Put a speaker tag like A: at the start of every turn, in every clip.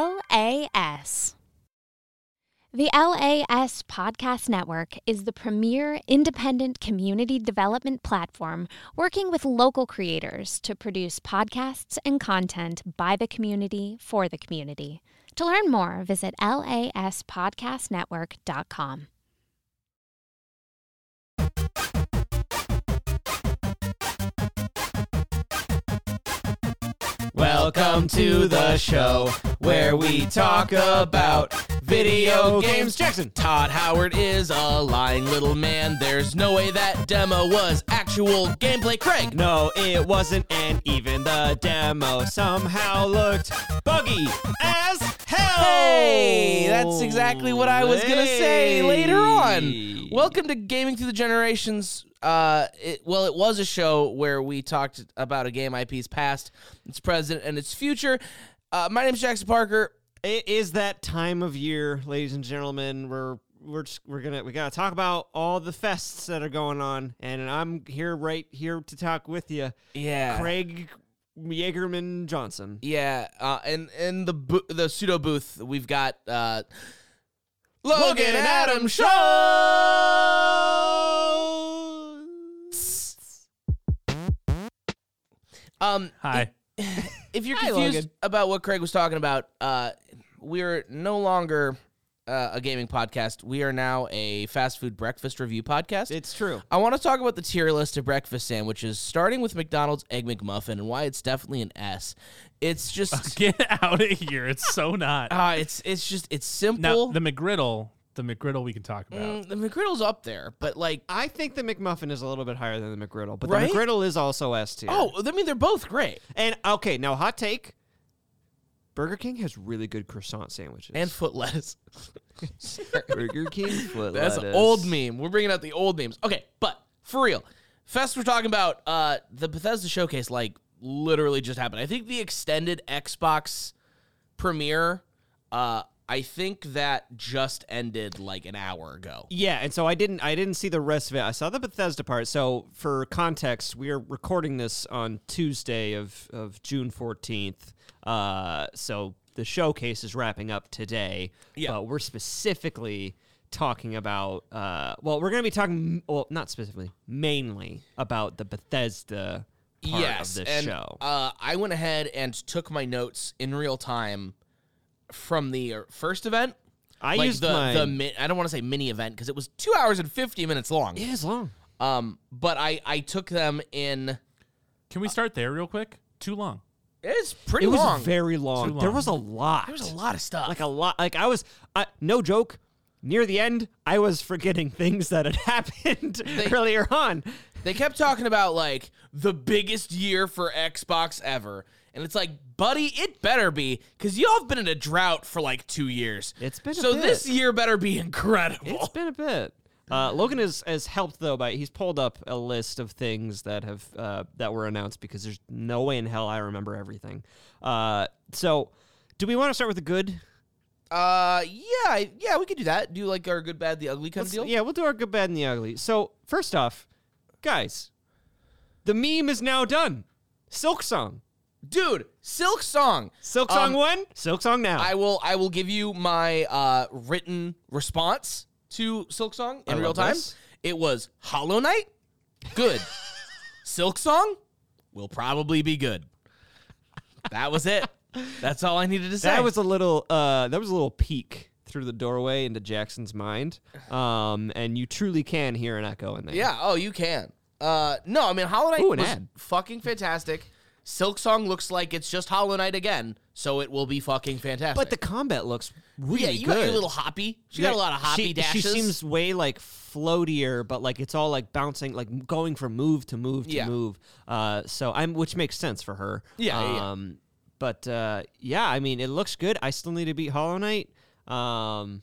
A: LAS. The LAS Podcast Network is the premier independent community development platform working with local creators to produce podcasts and content by the community for the community. To learn more, visit laspodcastnetwork.com.
B: Welcome to the show where we talk about video games. Jackson Todd Howard is a lying little man. There's no way that demo was actual gameplay. Craig,
C: No, it wasn't, and even the demo somehow looked buggy as hell.
B: Hey, that's exactly what I was gonna say
C: Hey.
B: later on. Welcome to Gaming Through the Generations. Uh, it, well, it was a show where we talked about a game IP's past, its present, and its future. Uh, my name's Jackson Parker.
C: It is that time of year, ladies and gentlemen. We're we're just, we're gonna we gotta talk about all the fests that are going on, and I'm here right here to talk with you,
B: Yeah,
C: Craig Yeagerman Johnson.
B: yeah. Uh, and in the bo- the pseudo booth, we've got uh, Logan,
C: Logan
B: and
C: and
B: Adam
C: Adam
B: Schultz. Um,
D: Hi.
B: if you're
C: Hi,
B: confused
C: Logan.
B: about what Craig was talking about, uh, we're no longer uh, a gaming podcast. We are now a fast food breakfast review podcast.
C: It's true.
B: I want to talk about the tier list of breakfast sandwiches, starting with McDonald's Egg McMuffin and why it's definitely an S. It's just,
D: Get out of here. It's so not.
B: uh, it's it's just it's
D: Now,
B: simple.
D: the McGriddle, the McGriddle we can talk about.
B: Mm, the McGriddle's up there, but like,
C: I think the McMuffin is a little bit higher than the McGriddle, but
B: Right?
C: the McGriddle is also S tier.
B: oh, I mean, they're both great
C: And okay, now hot take. Burger King has really good croissant sandwiches.
B: and foot lettuce.
C: Burger King foot
B: That's an
C: lettuce.
B: old meme. We're bringing out the old memes. Okay, but for real, Fest, we're talking about uh, the Bethesda showcase. Like literally just happened. I think the extended Xbox premiere. Uh, I think that just ended like an hour ago.
C: Yeah, and so I didn't I didn't see the rest of it. I saw the Bethesda part. So for context, we are recording this on Tuesday of, of June fourteenth. Uh, so the showcase is wrapping up today.
B: Yeah.
C: But we're specifically talking about uh, well, we're gonna be talking well, not specifically, mainly about the Bethesda part
B: yes,
C: of this
B: and
C: show.
B: Uh, I went ahead and took my notes in real time from the uh, first event.
C: I
B: like
C: used
B: the
C: mine.
B: the mi- I don't want to say mini event because it was two hours and fifty minutes long.
C: it is long.
B: Um, but I I took them in.
D: can we start there real quick? Too long.
B: It's pretty
C: It was
B: long.
C: very long.
D: Too
C: There
D: long.
C: was a lot.
B: There was a lot of stuff.
C: Like a lot. Like I was. I, no joke. Near the end, I was forgetting things that had happened earlier on.
B: they kept talking about like the biggest year for Xbox ever. And it's like, buddy, it better be because y'all have been in a drought for like two years.
C: It's been a
B: so
C: bit.
B: this year better be incredible.
C: It's been a bit. Uh, Logan has, has helped though by he's pulled up a list of things that have uh, that were announced because there's no way in hell I remember everything. Uh, so, do we want to start with the good?
B: uh, yeah, I- yeah, we could do that. Do like our good, bad, the ugly kind of deal.
C: Yeah, we'll do our good, bad, and the ugly. So first off, guys, the meme is now done. Silk song.
B: dude, Silk Song.
C: Silk
B: Um,
C: Song one, Silk Song now.
B: I will I will give you my uh, written response to Silk Song in
C: I
B: real
C: love
B: time.
C: this.
B: It was Hollow Knight, good. Silk Song will probably be good. That was it. That's all I needed to say.
C: that was a little uh, that was a little peek through the doorway into Jackson's mind. Um, and you truly can hear an echo in there.
B: yeah. Oh, you can. Uh, no, I mean Hollow Knight
C: Ooh, an
B: was
C: ad.
B: fucking fantastic. Silk Song looks like it's just Hollow Knight again, so it will be fucking fantastic.
C: But the combat looks really
B: yeah, you
C: good.
B: got your little hoppy. She got a lot of hoppy
C: she,
B: dashes.
C: She seems way like floatier, but like it's all like bouncing, like going from move to move to
B: Yeah.
C: move. Uh, so I'm, which makes sense for her.
B: Yeah, yeah, yeah.
C: Um, but uh, yeah, I mean, it looks good. I still need to beat Hollow Knight. Um,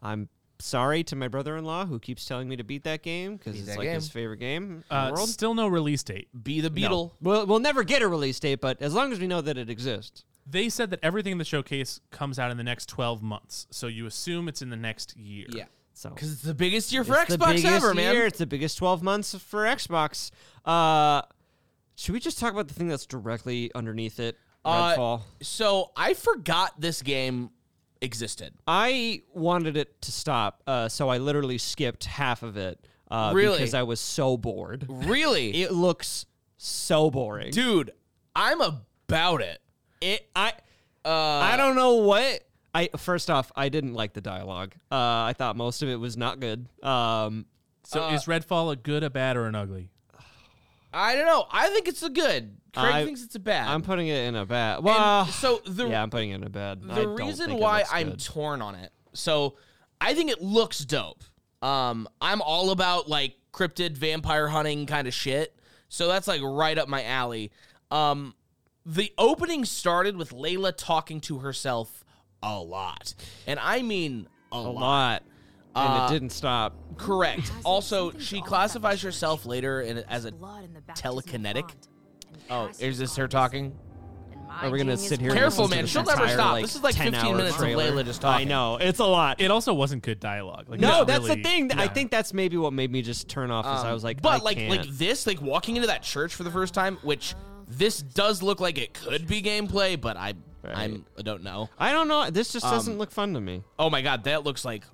C: I'm sorry to my brother-in-law who keeps telling me to beat that game because it's
B: that
C: like his
B: game.
C: favorite game in the
D: Uh,
C: world.
D: still no release date.
B: be the beetle.
C: We'll, we'll never get a release date, but as long as we know that it exists.
D: They said that everything in the showcase comes out in the next 12 months. So you assume it's in the next year.
B: Yeah,
C: So
B: because it's the biggest year for
C: It's the
B: Xbox
C: biggest
B: ever, man.
C: year. It's the biggest 12 months for Xbox. Uh, should we just talk about the thing that's directly underneath it?
B: Uh,
C: Redfall.
B: So I forgot this game existed.
C: I wanted it to stop, uh, so I literally skipped half of it. Uh,
B: Really?
C: Because I was so bored.
B: Really,
C: It looks so boring.
B: dude, I'm about it.
C: It, I,
B: Uh,
C: I don't know what. I first off, I didn't like the dialogue. Uh, I thought most of it was not good. Um,
D: So is Redfall a good, a bad, or an ugly?
B: I don't know. I think it's a good. Craig
C: I-
B: thinks it's a bad.
C: I'm putting it in a bad.
B: And
C: Well,
B: so the
C: yeah, I'm putting it in a bad. I
B: the
C: don't
B: reason
C: think it
B: why
C: looks
B: I'm
C: good.
B: torn on it. So I think it looks dope. Um, I'm all about like cryptid vampire hunting kind of shit. So that's like right up my alley. Um, the opening started with Layla talking to herself a lot, and I mean a,
C: a
B: lot.
C: lot,
B: Uh,
C: and it didn't stop.
B: Correct.
E: Has it
B: Also,
E: something
B: she
E: to all
B: classifies
E: about
B: herself
E: church?
B: later in, as a.
E: There's blood in the baptismal
B: telekinetic?
E: font, and
B: Oh,
E: past
B: is
E: the
B: this her
E: goddess,
B: talking?
E: and my
C: Are we gonna
E: king is
C: sit here?
E: one
C: and
B: Careful,
E: of
C: listen
B: man.
C: to
E: those
B: She'll
C: this
B: never
C: entire,
B: stop. This is like
C: 10
B: 15
C: hour
B: minutes of
C: trailer?
B: Layla just
C: I
B: talking.
C: know it's a lot.
D: It also wasn't good dialogue. Like,
C: no,
D: not
C: that's
D: really-
C: the thing. that I
D: yeah.
C: think that's maybe what made me just turn off. Is I
B: Um,
C: was like,
B: but
C: I
B: like like
C: can't.
B: this, like walking into that church for the first time, which this does look like it could be gameplay, but I I'm I don't know.
C: I don't know. This just doesn't look fun to me.
B: Oh my god, that looks like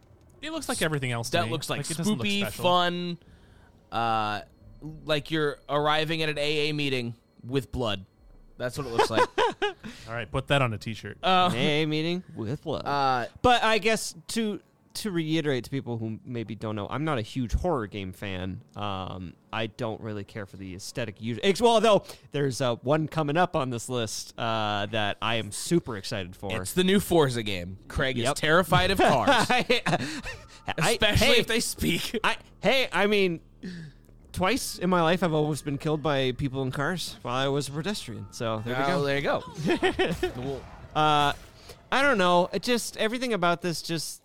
D: It looks like everything else. to
B: that
D: me.
B: looks like,
D: it doesn't look
B: spoopy,
D: special.
B: fun, uh, like you're arriving at an AA meeting with blood. That's what it looks like.
D: All right, put that on a T-shirt.
B: uh,
C: AA meeting with love.
B: uh,
C: But I guess to to reiterate to people who maybe don't know, I'm not a huge horror game fan. Um, I don't really care for the aesthetic. Usually, ex- well, though there's uh, one coming up on this list uh, that I am super excited for.
B: it's the new Forza game. Craig
C: Yep.
B: is terrified of cars,
C: I-
B: especially
C: hey,
B: if they speak.
C: I, hey, I mean, twice in my life I've almost been killed by people in cars while I was a pedestrian. So there we
B: Oh,
C: go.
B: there you go. Well,
C: Uh, I don't know. It just everything about this just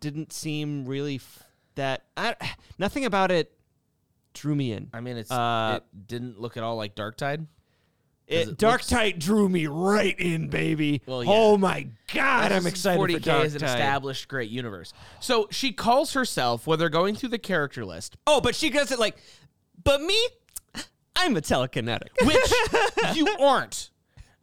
C: didn't seem really f- that. I, nothing about it drew me in.
B: I mean, it's
C: Uh,
B: it didn't look at all like Dark Tide.
C: It,
B: it
C: Dark
B: looks-
C: Tide drew me right in, baby.
B: Well, yeah.
C: Oh my god, I'm
B: This is
C: excited for
B: 40K
C: Dark
B: is an
C: Tide.
B: established great universe. So she calls herself while they're going through the character list,
C: oh, but she does it like, but me, I'm a telekinetic.
B: which you aren't.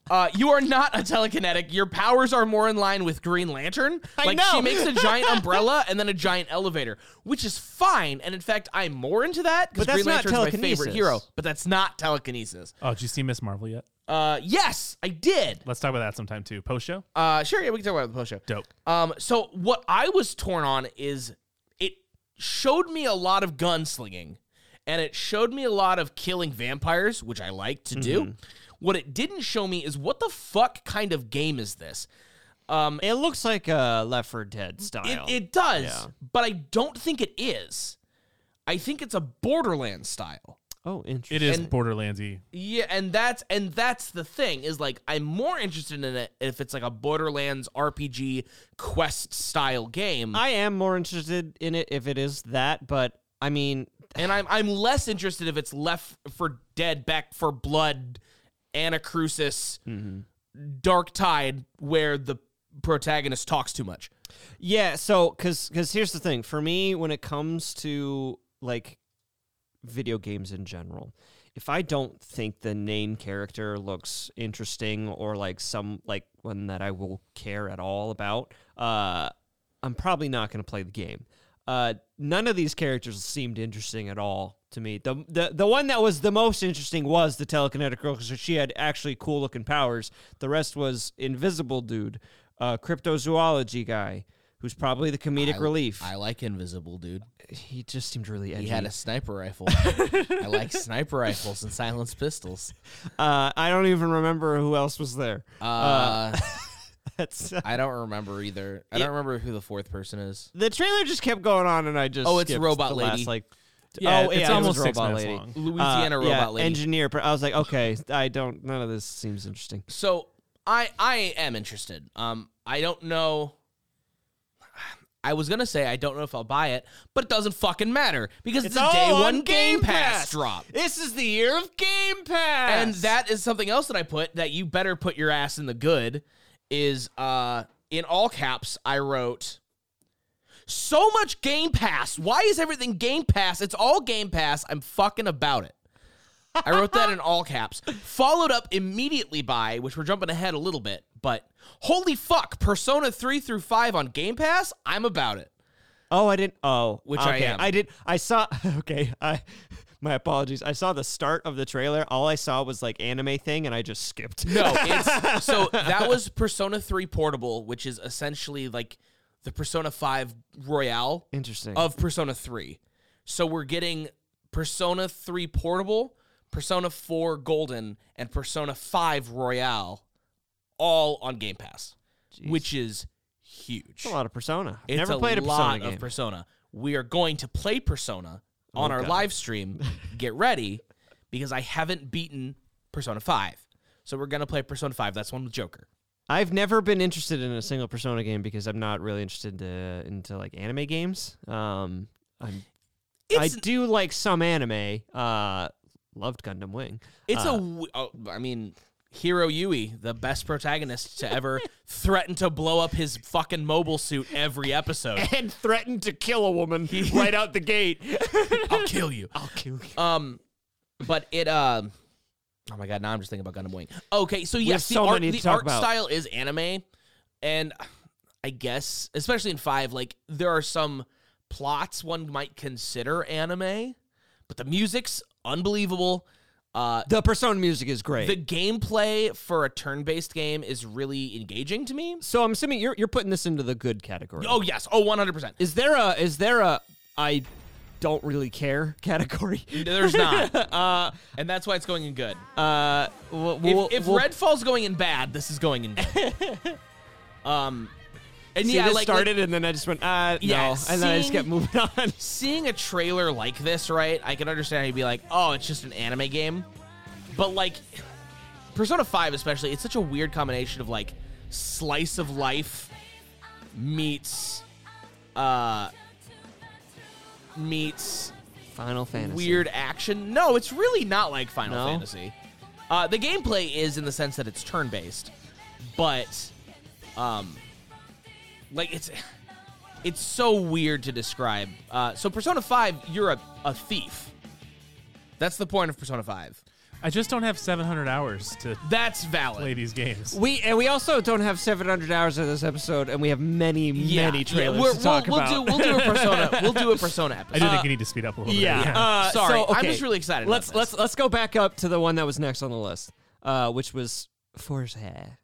B: Uh, you are not a telekinetic. Your powers are more in line with Green Lantern.
C: I
B: like
C: know.
B: she makes a giant umbrella and then a giant elevator, which is fine. And in fact, I'm more into that because
C: But that's not
B: Green Lantern's my favorite
C: telekinesis.
B: hero. But that's not telekinesis.
D: oh, did you see Miss Marvel yet?
B: Uh, yes, I did.
D: Let's talk about that sometime too. Post show.
B: Uh, sure, yeah, we can talk about it on the post show.
D: Dope.
B: Um, so what I was torn on is it showed me a lot of gunslinging, and it showed me a lot of killing vampires, which I like to do. What it didn't show me is what the fuck kind of game is this. Um,
C: it looks like a Left 4 Dead
B: it,
C: style.
B: it does,
C: Yeah.
B: but I don't think it is. I think it's a Borderlands style.
C: oh, interesting.
D: It is
B: And-
D: Borderlandsy.
B: Yeah, and that's and that's the thing is like I'm more interested in it if it's like a Borderlands RPG quest style game.
C: I am more interested in it if it is that, but I mean,
B: and I'm I'm less interested if it's Left for Dead, Back for Blood, Anacrusis, Dark Tide, where the protagonist talks too much.
C: Yeah, so cuz cuz here's the thing. For me when it comes to like video games in general, if I don't think the main character looks interesting or like some like one that I will care at all about, uh I'm probably not going to play the game. Uh none of these characters seemed interesting at all to me. The the the one that was the most interesting was the telekinetic girl cuz she had actually cool looking powers. The rest was invisible dude, uh cryptozoology guy who's probably the comedic relief.
B: like Invisible Dude.
C: he just seemed really edgy.
B: He had a sniper rifle. I like sniper rifles and silenced pistols.
C: Uh, I don't even remember who else was there. uh,
B: Uh,
C: That's,
B: I don't remember either. I don't remember who the fourth person is.
C: the trailer just kept going on, and I just
B: Oh, it's
C: skipped
B: Robot
C: the
B: Lady.
C: Last, like,
D: Yeah,
C: oh,
D: it's
C: yeah, it
D: almost
C: was
D: six
C: Robot
D: minutes
C: Lady.
D: long.
B: Louisiana
C: Uh,
B: Robot
C: yeah,
B: Lady.
C: engineer. But I was like, okay, I don't. None of this seems interesting.
B: so I I am interested. Um, I don't know. I was gonna say I don't know if I'll buy it, but it doesn't fucking matter because it's, a day
C: all
B: one
C: on
B: Game Pass, drop,
C: This is the year of Game Pass,
B: and that is something else that I put that you better put your ass in the good. Is uh in all caps I wrote. So much Game Pass. Why is everything Game Pass? It's all Game Pass. I'm fucking about it. I wrote that in all caps. Followed up immediately by, which we're jumping ahead a little bit, but holy fuck, Persona 3 through 5 on Game Pass? I'm about it.
C: Oh, I didn't. Oh,
B: Which I
C: okay.
B: am.
C: I did. I saw. Okay, I. My apologies. I saw the start of the trailer. All I saw was like anime thing, and I just skipped.
B: No, it's so that was Persona 3 Portable, which is essentially like the Persona 5 Royale
C: Interesting.
B: of Persona 3. So we're getting Persona 3 Portable, Persona 4 Golden, and Persona 5 Royale all on Game Pass, which is huge.
C: That's a lot of Persona. I've
B: It's
C: Never
B: a
C: played a
B: lot
C: Persona
B: of
C: game. Oh,
B: Persona. We are going to play Persona on our
C: God.
B: live stream. Get ready, because I haven't beaten Persona Five, so we're gonna play Persona Five. That's one with Joker.
C: I've never been interested in a single Persona game because I'm not really interested uh into like anime games. Um, I'm, I
B: It's
C: do like some anime. Uh, loved Gundam Wing.
B: it's
C: Uh.
B: a w- oh, I mean. Hiro Yui, the best protagonist to ever threaten to blow up his fucking mobile suit every episode.
C: and threatened to kill a woman right out the gate.
B: I'll kill you.
C: I'll kill you.
B: Um, but it um, oh my god, now I'm just thinking about Gundam Wing. Okay, so yes, the
C: so
B: art,
C: many to
B: the
C: talk
B: art
C: about.
B: style is anime, and I guess especially in five, like there are some plots one might consider anime, but the music's unbelievable. Uh,
C: The Persona music is great.
B: the gameplay for a turn-based game is really engaging to me.
C: so I'm assuming you're you're putting this into the good category.
B: Oh yes, oh 100. percent
C: Is there a is there a I don't really care category?
B: There's not,
C: uh
B: and that's why it's going in good.
C: uh we'll,
B: If,
C: we'll-
B: if
C: we'll-
B: Redfall's going in bad, this is going in good. um, and
C: see,
B: yeah,
C: this
B: like, like,
C: started and then I just went uh
B: Yeah,
C: no and then I just
B: seeing-
C: kept moving on.
B: seeing a trailer like this, right? I can understand how you'd be like, "Oh, it's just an anime game," but like Persona Five, especially, it's such a weird combination of like slice of life meets uh meets
C: Final Fantasy.
B: weird action. No, it's really not like Final
C: No?
B: Fantasy. Uh, the gameplay is in the sense that it's turn based, but um, like it's it's so weird to describe. Uh, so Persona Five, you're a, a thief. That's the point of Persona Five.
D: I just don't have 700 hours to
B: That's
D: play
B: valid.
D: these games.
C: We and we also don't have 700 hours of this episode, and we have many
B: Yeah,
C: many
B: yeah,
C: trailers
B: we're-
C: to talk
B: we'll,
C: about.
B: We'll do, we'll do a Persona. We'll do a Persona episode.
D: I do think you need to speed up a little
C: uh, yeah.
D: bit.
C: Uh,
B: Sorry,
C: so,
B: I'm
C: okay.
B: just really excited about
C: Let's
B: this.
C: let's let's go back up to the one that was next on the list, uh, which was Forza.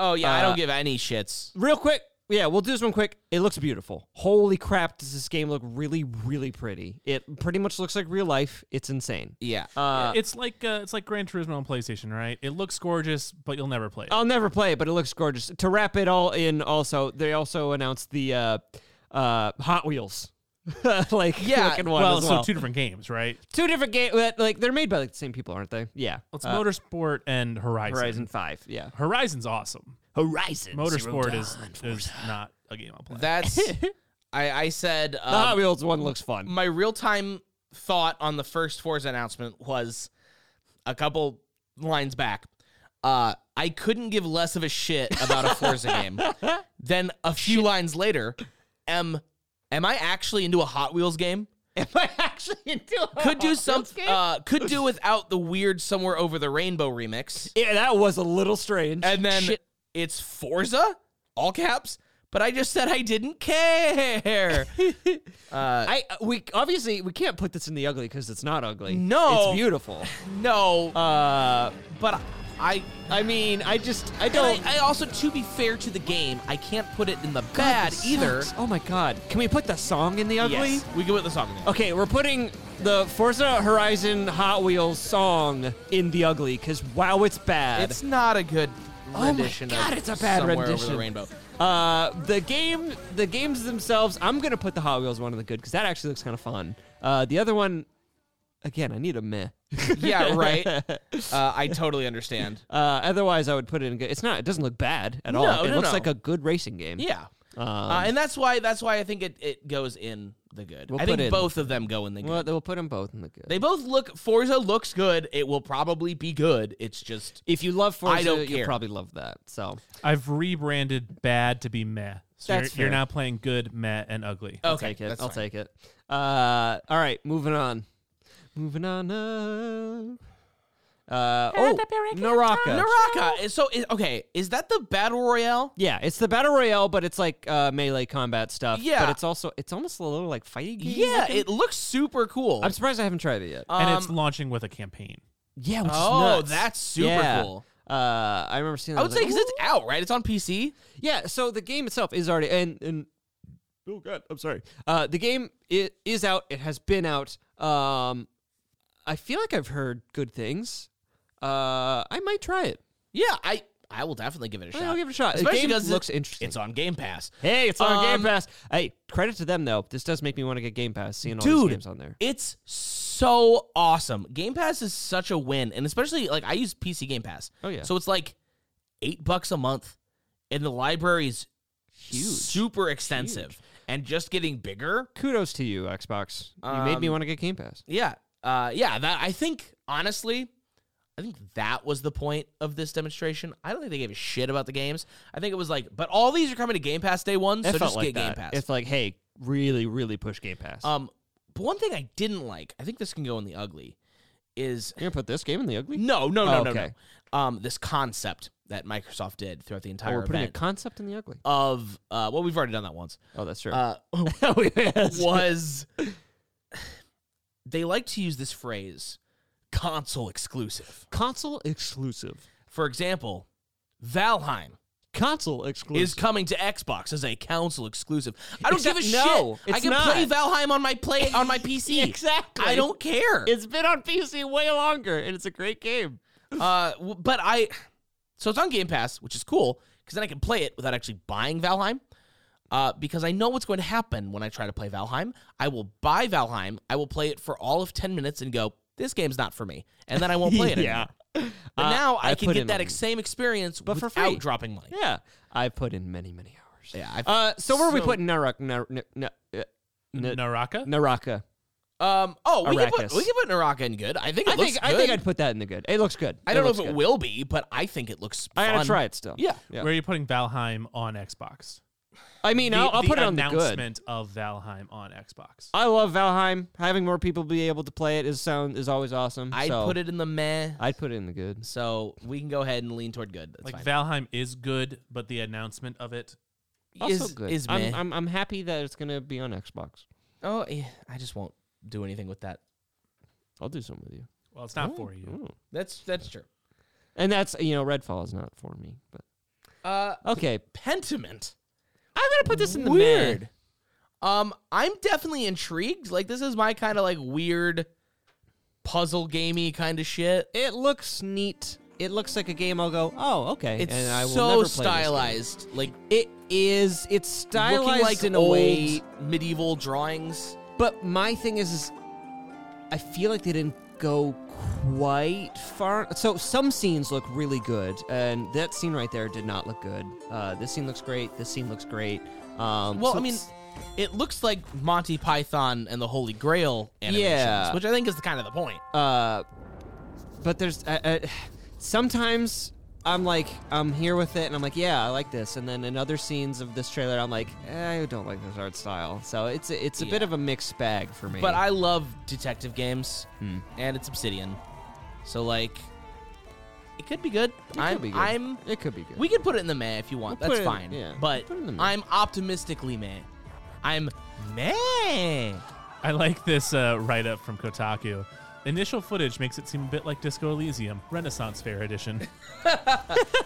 B: oh yeah, I
C: uh,
B: don't give any shits.
C: Real quick, yeah, we'll do this one quick. It looks beautiful. Holy crap, does this game look really really pretty? It pretty much looks like real life. It's insane.
B: Yeah.
C: Uh,
D: it's like uh, it's like Gran Turismo on PlayStation, right? It looks gorgeous, but you'll never play it.
C: I'll never play it, but it looks gorgeous. To wrap it all in, also they also announced the uh, uh, Hot Wheels. like
B: Yeah,
C: looking one
D: well,
C: as
D: so two different games, right?
C: two different games. Like they're made by like, the same people, aren't they? Yeah.
D: It's
C: Uh,
D: Motorsport and Horizon.
C: Horizon Five. Yeah.
D: Horizon's awesome.
C: Horizon. Um,
D: Motorsport is, is not a game I'll play.
B: That's I I said
C: The Hot
B: um,
C: Wheels one looks fun.
B: my real time thought on the first Forza announcement was a couple lines back. Uh, I couldn't give less of a shit about a Forza game. Then a few lines later, am am I actually into a Hot Wheels game?
C: Am I actually into a
B: Could do
C: Hot
B: some.
C: Wheels game?
B: Uh, could do without the weird "Somewhere Over the Rainbow" remix.
C: yeah, that was a little strange.
B: And then
C: Shit.
B: it's Forza, all caps. But I just said I didn't care. uh,
C: I we obviously we can't put this in the ugly because it's not ugly.
B: No.
C: it's beautiful.
B: no,
C: Uh,
B: but I
C: I mean, I just I
B: And
C: don't.
B: I, I also, to be fair to the game, I can't put it in the bad
C: This
B: either.
C: sucks. Oh my god, can we put the song in the ugly?
B: Yes, we can put the song in. there.
C: Okay, we're putting the Forza Horizon Hot Wheels song in the ugly because wow, it's bad.
B: It's not a good
C: Oh my
B: rendition.
C: God,
B: of
C: it's a bad
B: Somewhere Over
C: rendition.
B: the rainbow.
C: Uh, the game, the games themselves. I'm gonna put the Hot Wheels one in the good because that actually looks kind of fun. Uh, the other one, again, I need a meh.
B: yeah, right. Uh, I totally understand.
C: Uh, otherwise, I would put it in good. It's not. It doesn't look bad at all.
B: No,
C: it
B: no,
C: looks
B: no.
C: like a good racing game.
B: Yeah,
C: Um,
B: uh, and that's why that's why I think it, it goes in the good.
C: We'll
B: I
C: put
B: think
C: in-
B: both of them go in the good.
C: well, they will put them both in the good.
B: They both look Forza looks good. It will probably be good. It's just
C: if you love Forza,
B: I don't
C: you'll
B: care.
C: probably love that. So
D: I've rebranded bad to be meh. So
C: That's
D: you're, you're
C: fair.
D: now playing good, meh, and ugly.
C: I'll
B: okay.
C: take it.
B: that's
C: I'll
B: fine.
C: take it. Uh, all right, moving on. Moving on. Up. Uh, oh, Naraka.
B: Naraka. So is, okay, is that the battle royale?
C: Yeah, it's the battle royale, but it's like uh, melee combat stuff.
B: Yeah.
C: but it's also it's almost a little like fighting game.
B: Yeah,
C: looking.
B: it looks super cool.
C: I'm surprised I haven't tried it yet.
B: Um,
D: and it's launching with a campaign.
C: yeah, which
B: oh,
C: is nuts.
B: that's super
C: Yeah.
B: cool.
C: Uh, I remember seeing. That.
B: I would say
C: like,
B: because it's out, right? It's on PC.
C: Yeah, so the game itself is already and and oh god, I'm sorry. Uh, the game i- is out. It has been out. Um, I feel like I've heard good things. Uh, I might try it.
B: Yeah, I I will definitely give it a shot.
C: I'll give it a shot. The
B: Especially
C: game
B: because it-
C: looks interesting.
B: It's on Game Pass.
C: hey, it's on
B: Um,
C: Game Pass. Hey, credit to them though. This does make me want to get Game Pass. Seeing all
B: Dude.
C: these games on there.
B: It's so awesome. Game Pass is such a win, and especially like I use PC Game Pass.
C: Oh, yeah.
B: So it's like eight bucks a month, and the library is huge, super extensive, and just getting bigger.
C: Kudos to you, Xbox. You made me
B: Um,
C: want to get Game Pass.
B: Yeah, uh, yeah. That I think honestly, I think that was the point of this demonstration. I don't think they gave a shit about the games. I think it was like, but all these are coming to Game Pass day one,
C: It
B: so
C: felt
B: just
C: like
B: get Game
C: that.
B: Pass.
C: It's like, hey, really, really push Game Pass.
B: um, but one thing I didn't like, I think this can go in the ugly, is
C: You're gonna put this game in the ugly?
B: No, no, no,
C: Oh,
B: no,
C: okay.
B: no. Um, this concept that Microsoft did throughout
C: Oh,
B: the entire
C: we're putting
B: event
C: a concept in the ugly.
B: of uh, well, we've already done that once.
C: Oh, that's true.
B: Uh,
C: Oh, yes.
B: was they like to use this phrase console exclusive?
C: console exclusive.
B: For example, Valheim
C: Console exclusive.
B: is coming to Xbox as a console exclusive. I don't
C: It's
B: give a
C: not- no,
B: shit. I
C: it's
B: can
C: not.
B: play Valheim on my play on my PC.
C: Exactly.
B: I don't care.
C: it's been on PC way longer, and it's a great game.
B: Uh, w- but I, so it's on Game Pass, which is cool because then I can play it without actually buying Valheim. Uh, because I know what's going to happen when I try to play Valheim. I will buy Valheim. I will play it for all of ten minutes and go, "This game's not for me," and then I won't play it.
C: yeah.
B: anymore. But
C: Uh,
B: now I,
C: I
B: can
C: put
B: get
C: in
B: that
C: on-
B: ex- same experience
C: But for
B: without
C: free.
B: dropping money.
C: Yeah. I put in many, many hours.
B: Yeah. I've,
C: Uh, so where are we
B: So-
C: putting Naraka? Nar- n- n- uh, n-
D: Naraka?
C: Naraka.
B: um. Oh, we can, put,
C: Arrakis.
B: we can put Naraka in good. I think it
C: I
B: looks
C: think I
B: good.
C: think I'd put that in the good. It looks good.
B: I don't know if
C: looks
B: it
C: good.
B: will be, but I think it looks.
C: I gotta
B: fun.
C: try it still.
B: Yeah.
C: Yeah.
D: Where are you putting Valheim on Xbox?
C: I mean, I'll,
D: the,
C: I'll
D: the
C: put it on the good.
D: announcement of Valheim on Xbox.
C: I love Valheim. Having more people be able to play it is sound is always awesome.
B: I'd
C: so
B: put it in the meh.
C: I'd put it in the good.
B: so we can go ahead and lean toward good. That's
D: like
B: fine.
D: Valheim is good, but the announcement of it
C: Also
B: is
C: good.
B: is meh.
C: I'm, I'm I'm happy that it's gonna be on Xbox.
B: Oh, yeah, I just won't do anything with that.
C: I'll do something with you.
D: well, it's not for you.
C: Ooh.
B: That's that's true.
C: And that's you know, Redfall is not for me. But
B: Uh,
C: okay,
B: Pentiment.
C: I'm gonna put this in the
B: weird.
C: mid.
B: Um, I'm definitely intrigued. Like this is my kind of like weird puzzle gamey kind of shit.
C: It looks neat. It looks like a game. I'll go. Oh, okay.
B: It's
C: and I will
B: so
C: never play this game.
B: stylized, like
C: It is. It's stylized
B: looking like
C: in a
B: old
C: way.
B: medieval drawings.
C: But my thing is, is I feel like they didn't go quite far. So some scenes look really good, and that scene right there did not look good. Uh, this scene looks great. This scene looks great. Um,
B: Well,
C: so
B: I mean,
C: it's-
B: it looks like Monty Python and the Holy Grail animations,
C: Yeah.
B: which I think is the kind of the point.
C: uh, but there's uh, uh, sometimes I'm like I'm here with it, and I'm like, yeah, I like this. And then in other scenes of this trailer, I'm like, eh, I don't like this art style. So it's a- it's a bit
B: Yeah.
C: of a mixed bag for me.
B: But I love detective games,
C: Hmm.
B: and it's Obsidian, so like, it could be good.
C: it
B: I'm,
C: could be good.
B: I'm,
C: it could be good.
B: we can put it in the meh if you want.
C: We'll
B: That's
C: put it in-
B: fine.
C: yeah,
B: But
C: put it in the meh.
B: I'm optimistically meh. I'm meh.
D: I like this uh, write up from Kotaku. Initial footage makes it seem a bit like Disco Elysium, Renaissance Fair edition.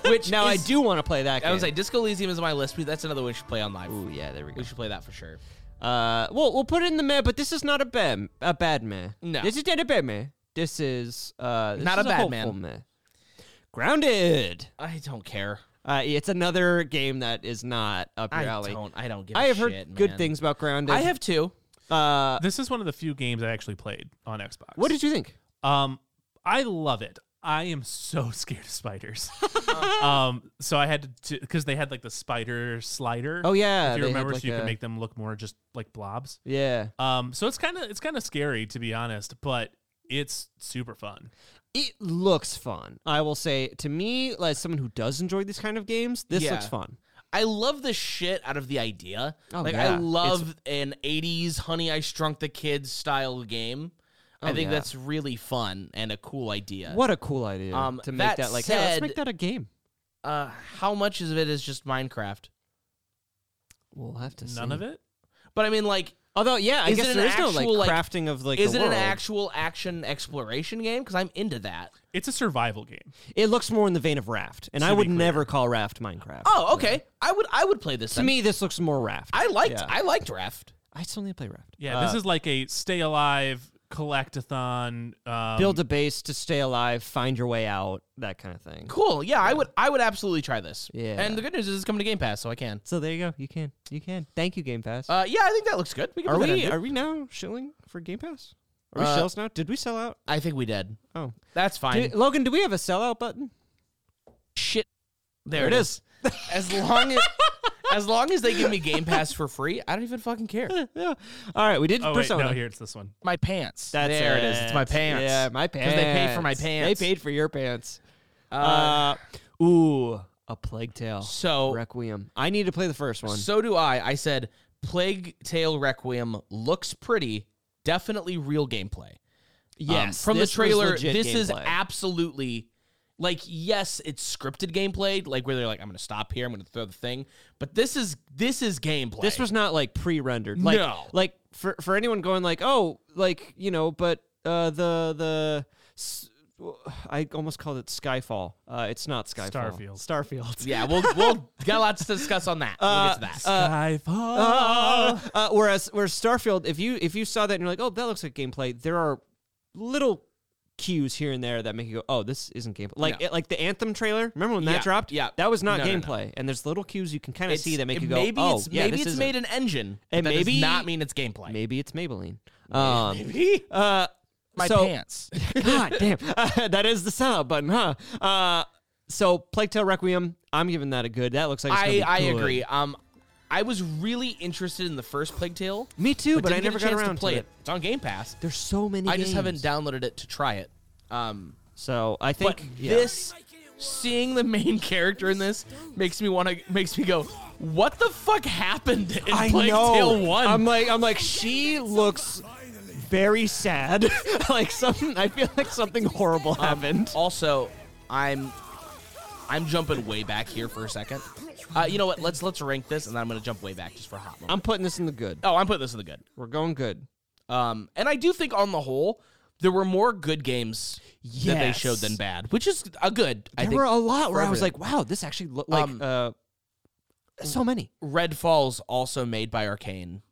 B: Which
C: now
B: is-
C: I do want to play that.
B: I was
C: game.
B: like, Disco Elysium is on my list. We- That's another one we should play on live.
C: Ooh, yeah, there we go.
B: We should play that for sure.
C: Uh, well, we'll put it in the meh, but this is not a bad, a bad meh.
B: No.
C: this is not a bad meh. This is uh, this
B: Not
C: is
B: a bad
C: hopeful
B: man.
C: meh. Grounded.
B: I don't care.
C: Uh, it's another game that is not up your
B: I
C: alley.
B: don't. I don't give.
C: I
B: a
C: have heard
B: shit,
C: good
B: man.
C: things about Grounded.
B: I have two.
C: Uh,
D: this is one of the few games I actually played on Xbox.
C: what did you think?
D: Um, I love it. I am so scared of spiders. um, so I had to because they had like the spider slider.
C: Oh yeah,
D: if you
C: they had
D: remember,
C: like
D: so you
C: a-
D: could make them look more just like blobs.
C: Yeah,
D: Um, so it's kind of it's kind of scary to be honest, but it's super fun.
C: it looks fun. I will say to me, as someone who does enjoy these kind of games, this
B: Yeah.
C: looks fun.
B: I love the shit out of the idea.
C: Oh,
B: like
C: yeah.
B: I love an '80s Honey I Shrunk the Kids style game. I think
C: Oh, yeah.
B: that's really fun and a cool idea.
C: What a cool idea
B: Um,
C: to make
B: that
C: that, like hey, let's
B: said-
C: make that a game.
B: Uh, how much of it is just Minecraft?
C: We'll have to
D: None of it.
B: But I mean, like,
C: Although, yeah, I
B: Is
C: guess
B: it an
C: there is no
B: actual, like-
C: like crafting of like.
B: is
C: the
B: it an
C: world.
B: actual action exploration game? Because I'm into that.
D: It's a survival game.
C: It looks more in the vein of Raft, and I
D: To be
C: would
D: clear.
C: never call Raft Minecraft.
B: Oh, okay. I would I would play this.
C: To
B: then.
C: me, this looks more Raft.
B: I liked
C: Yeah.
B: I liked Raft.
C: I still need to play Raft.
D: Yeah, this
C: Uh,
D: is like a stay alive collectathon. Um,
C: build a base to stay alive, find your way out, that kind of thing.
B: Cool. Yeah, I would I would absolutely try this.
C: Yeah.
B: And the good news is it's coming to Game Pass, so I can.
C: So there you go. You can. You can. Thank you, Game Pass.
B: Uh, yeah, I think that looks good. We can
C: are
B: put that
C: we
B: in.
C: are we now shilling for Game Pass? Are we
B: Uh,
C: shells now? Did we sell out?
B: I think we did.
C: Oh,
B: That's fine.
C: Do- Logan, do we have a sellout button?
B: Shit. There,
C: There
B: it
C: it
B: is. As long as as long as they give me Game Pass for free, I don't even fucking care.
C: yeah. All right, we did
D: Oh wait,
C: Persona.
D: no, here it's this one.
B: My pants.
C: That's
B: there it is. It's my pants.
C: Yeah, my pants.
B: they paid for my pants.
C: They paid for your pants.
B: Uh,
C: Uh, ooh, a Plague Tale.
B: so
C: Requiem. I need to play the first one.
B: so do I. I said Plague Tale Requiem looks pretty. Definitely real gameplay. Um, from the
C: this was
B: trailer,
C: legit
B: this is
C: gameplay.
B: absolutely like yes, it's scripted gameplay, like where they're like, I'm gonna stop here, I'm gonna throw the thing. But this is this is gameplay.
C: This was not like pre-rendered. Like,
B: No.
C: Like for for anyone going like, oh, like you know, but uh, the the. s- I almost called it Skyfall. Uh, it's not Skyfall.
D: Starfield.
C: Starfield.
B: yeah, we'll we'll got lots to discuss on that. we'll get to that.
D: Skyfall.
C: Uh, uh, whereas, whereas Starfield, if you if you saw that and you're like, oh, that looks like gameplay, there are little cues here and there that make you go, oh, this isn't gameplay. Like
B: Yeah.
C: it, like the Anthem trailer. Remember when that
B: Yeah,
C: dropped?
B: yeah.
C: that was not
B: No, no, no.
C: gameplay. And there's little cues you can kind of
B: It's-
C: see that make
B: it-
C: you go,
B: maybe
C: oh,
B: it's,
C: yeah,
B: maybe
C: this
B: it's
C: isn't-
B: made an engine.
C: And
B: that does
C: maybe-
B: not mean it's gameplay.
C: Maybe it's Maybelline. Um,
B: Maybe.
C: Uh,
B: my
C: so-
B: pants.
C: God damn, that is the sellout button, huh? Uh, so Plague Tale Requiem, I'm giving that a good. That looks like it's gonna
B: I
C: be
B: I
C: good.
B: agree. Um, I was really interested in the first Plague Tale,
C: Me too, but, I
B: didn't get
C: never
B: a
C: got
B: chance
C: around
B: to play
C: to
B: it. It's on Game Pass.
C: There's so many.
B: I just
C: games.
B: haven't downloaded it to try it. Um,
C: So I think
B: but
C: yeah.
B: this seeing the main character in this makes me want to makes me go, what the fuck happened in
C: I
B: Plague
C: know.
B: Tale One?
C: I'm like, I'm like, she looks very sad. like something, I feel like something horrible happened.
B: Also, I'm I'm jumping way back here for a second. Uh, you know what? Let's let's rank this, and then I'm gonna jump way back just for a hot moment.
C: I'm putting this in the good.
B: oh, I'm putting this in the good.
C: We're going good.
B: Um, and I do think on the whole, there were more good games that they showed
C: Yes.
B: than bad, which is a good. I
C: There
B: think
C: were a lot where I was
B: everything.
C: like, wow, this actually looked like
B: Um,
C: uh, so many.
B: Red Falls also made by Arcane,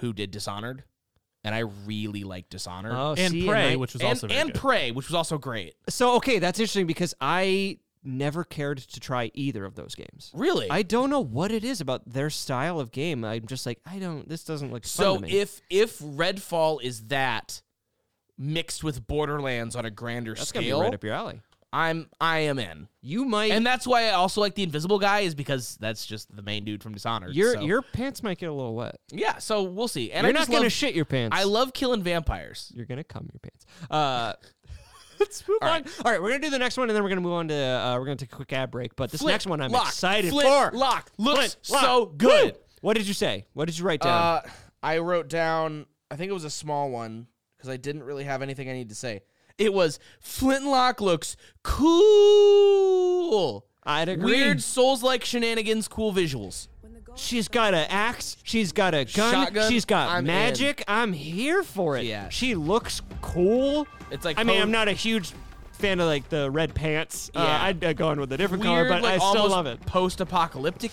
B: who did Dishonored, and I really like Dishonored.
C: Oh,
D: and Prey, which was
B: and,
D: also very
B: and
D: good.
B: Prey, which was also great.
C: so okay, that's interesting because I never cared to try either of those games.
B: Really?
C: I don't know what it is about their style of game. I'm just like, I don't. This doesn't look
B: so
C: Fun to me.
B: if if Redfall is that mixed with Borderlands on a grander
C: that's gonna be
B: scale,
C: right up your alley,
B: I'm I am in.
C: you might.
B: And that's why I also like the Invisible Guy is because that's just the main dude from Dishonored.
C: your
B: so-
C: your pants might get a little wet.
B: yeah. So we'll see. And
C: You're
B: I
C: not
B: just
C: gonna
B: love-
C: shit your pants.
B: I love killing vampires.
C: You're gonna cum your pants. Uh, let's move on. All right, we're gonna do the next one, and then we're gonna move on to. Uh, we're gonna take a quick ad break. But this
B: Flint,
C: next one, I'm
B: lock,
C: excited
B: Flint,
C: for.
B: Lock looks
C: Flint, lock.
B: so
C: Woo!
B: good.
C: What did you say? What did you write down?
B: Uh, I wrote down. I think it was a small one because I didn't really have anything I need to say. It was Flintlock looks cool.
C: I'd agree.
B: Weird Souls like shenanigans, cool visuals.
C: She's got an axe. She's got a gun.
B: Shotgun,
C: She's got
B: I'm in.
C: magic. I'm here for it.
B: Yeah.
C: She looks cool.
B: It's like
C: I mean,
B: Code-
C: I'm not a huge fan of like the red pants. Uh,
B: Yeah.
C: I'd, I'd go in with a different
B: Weird,
C: color, but
B: like
C: I still
B: almost
C: love it.
B: Post apocalyptic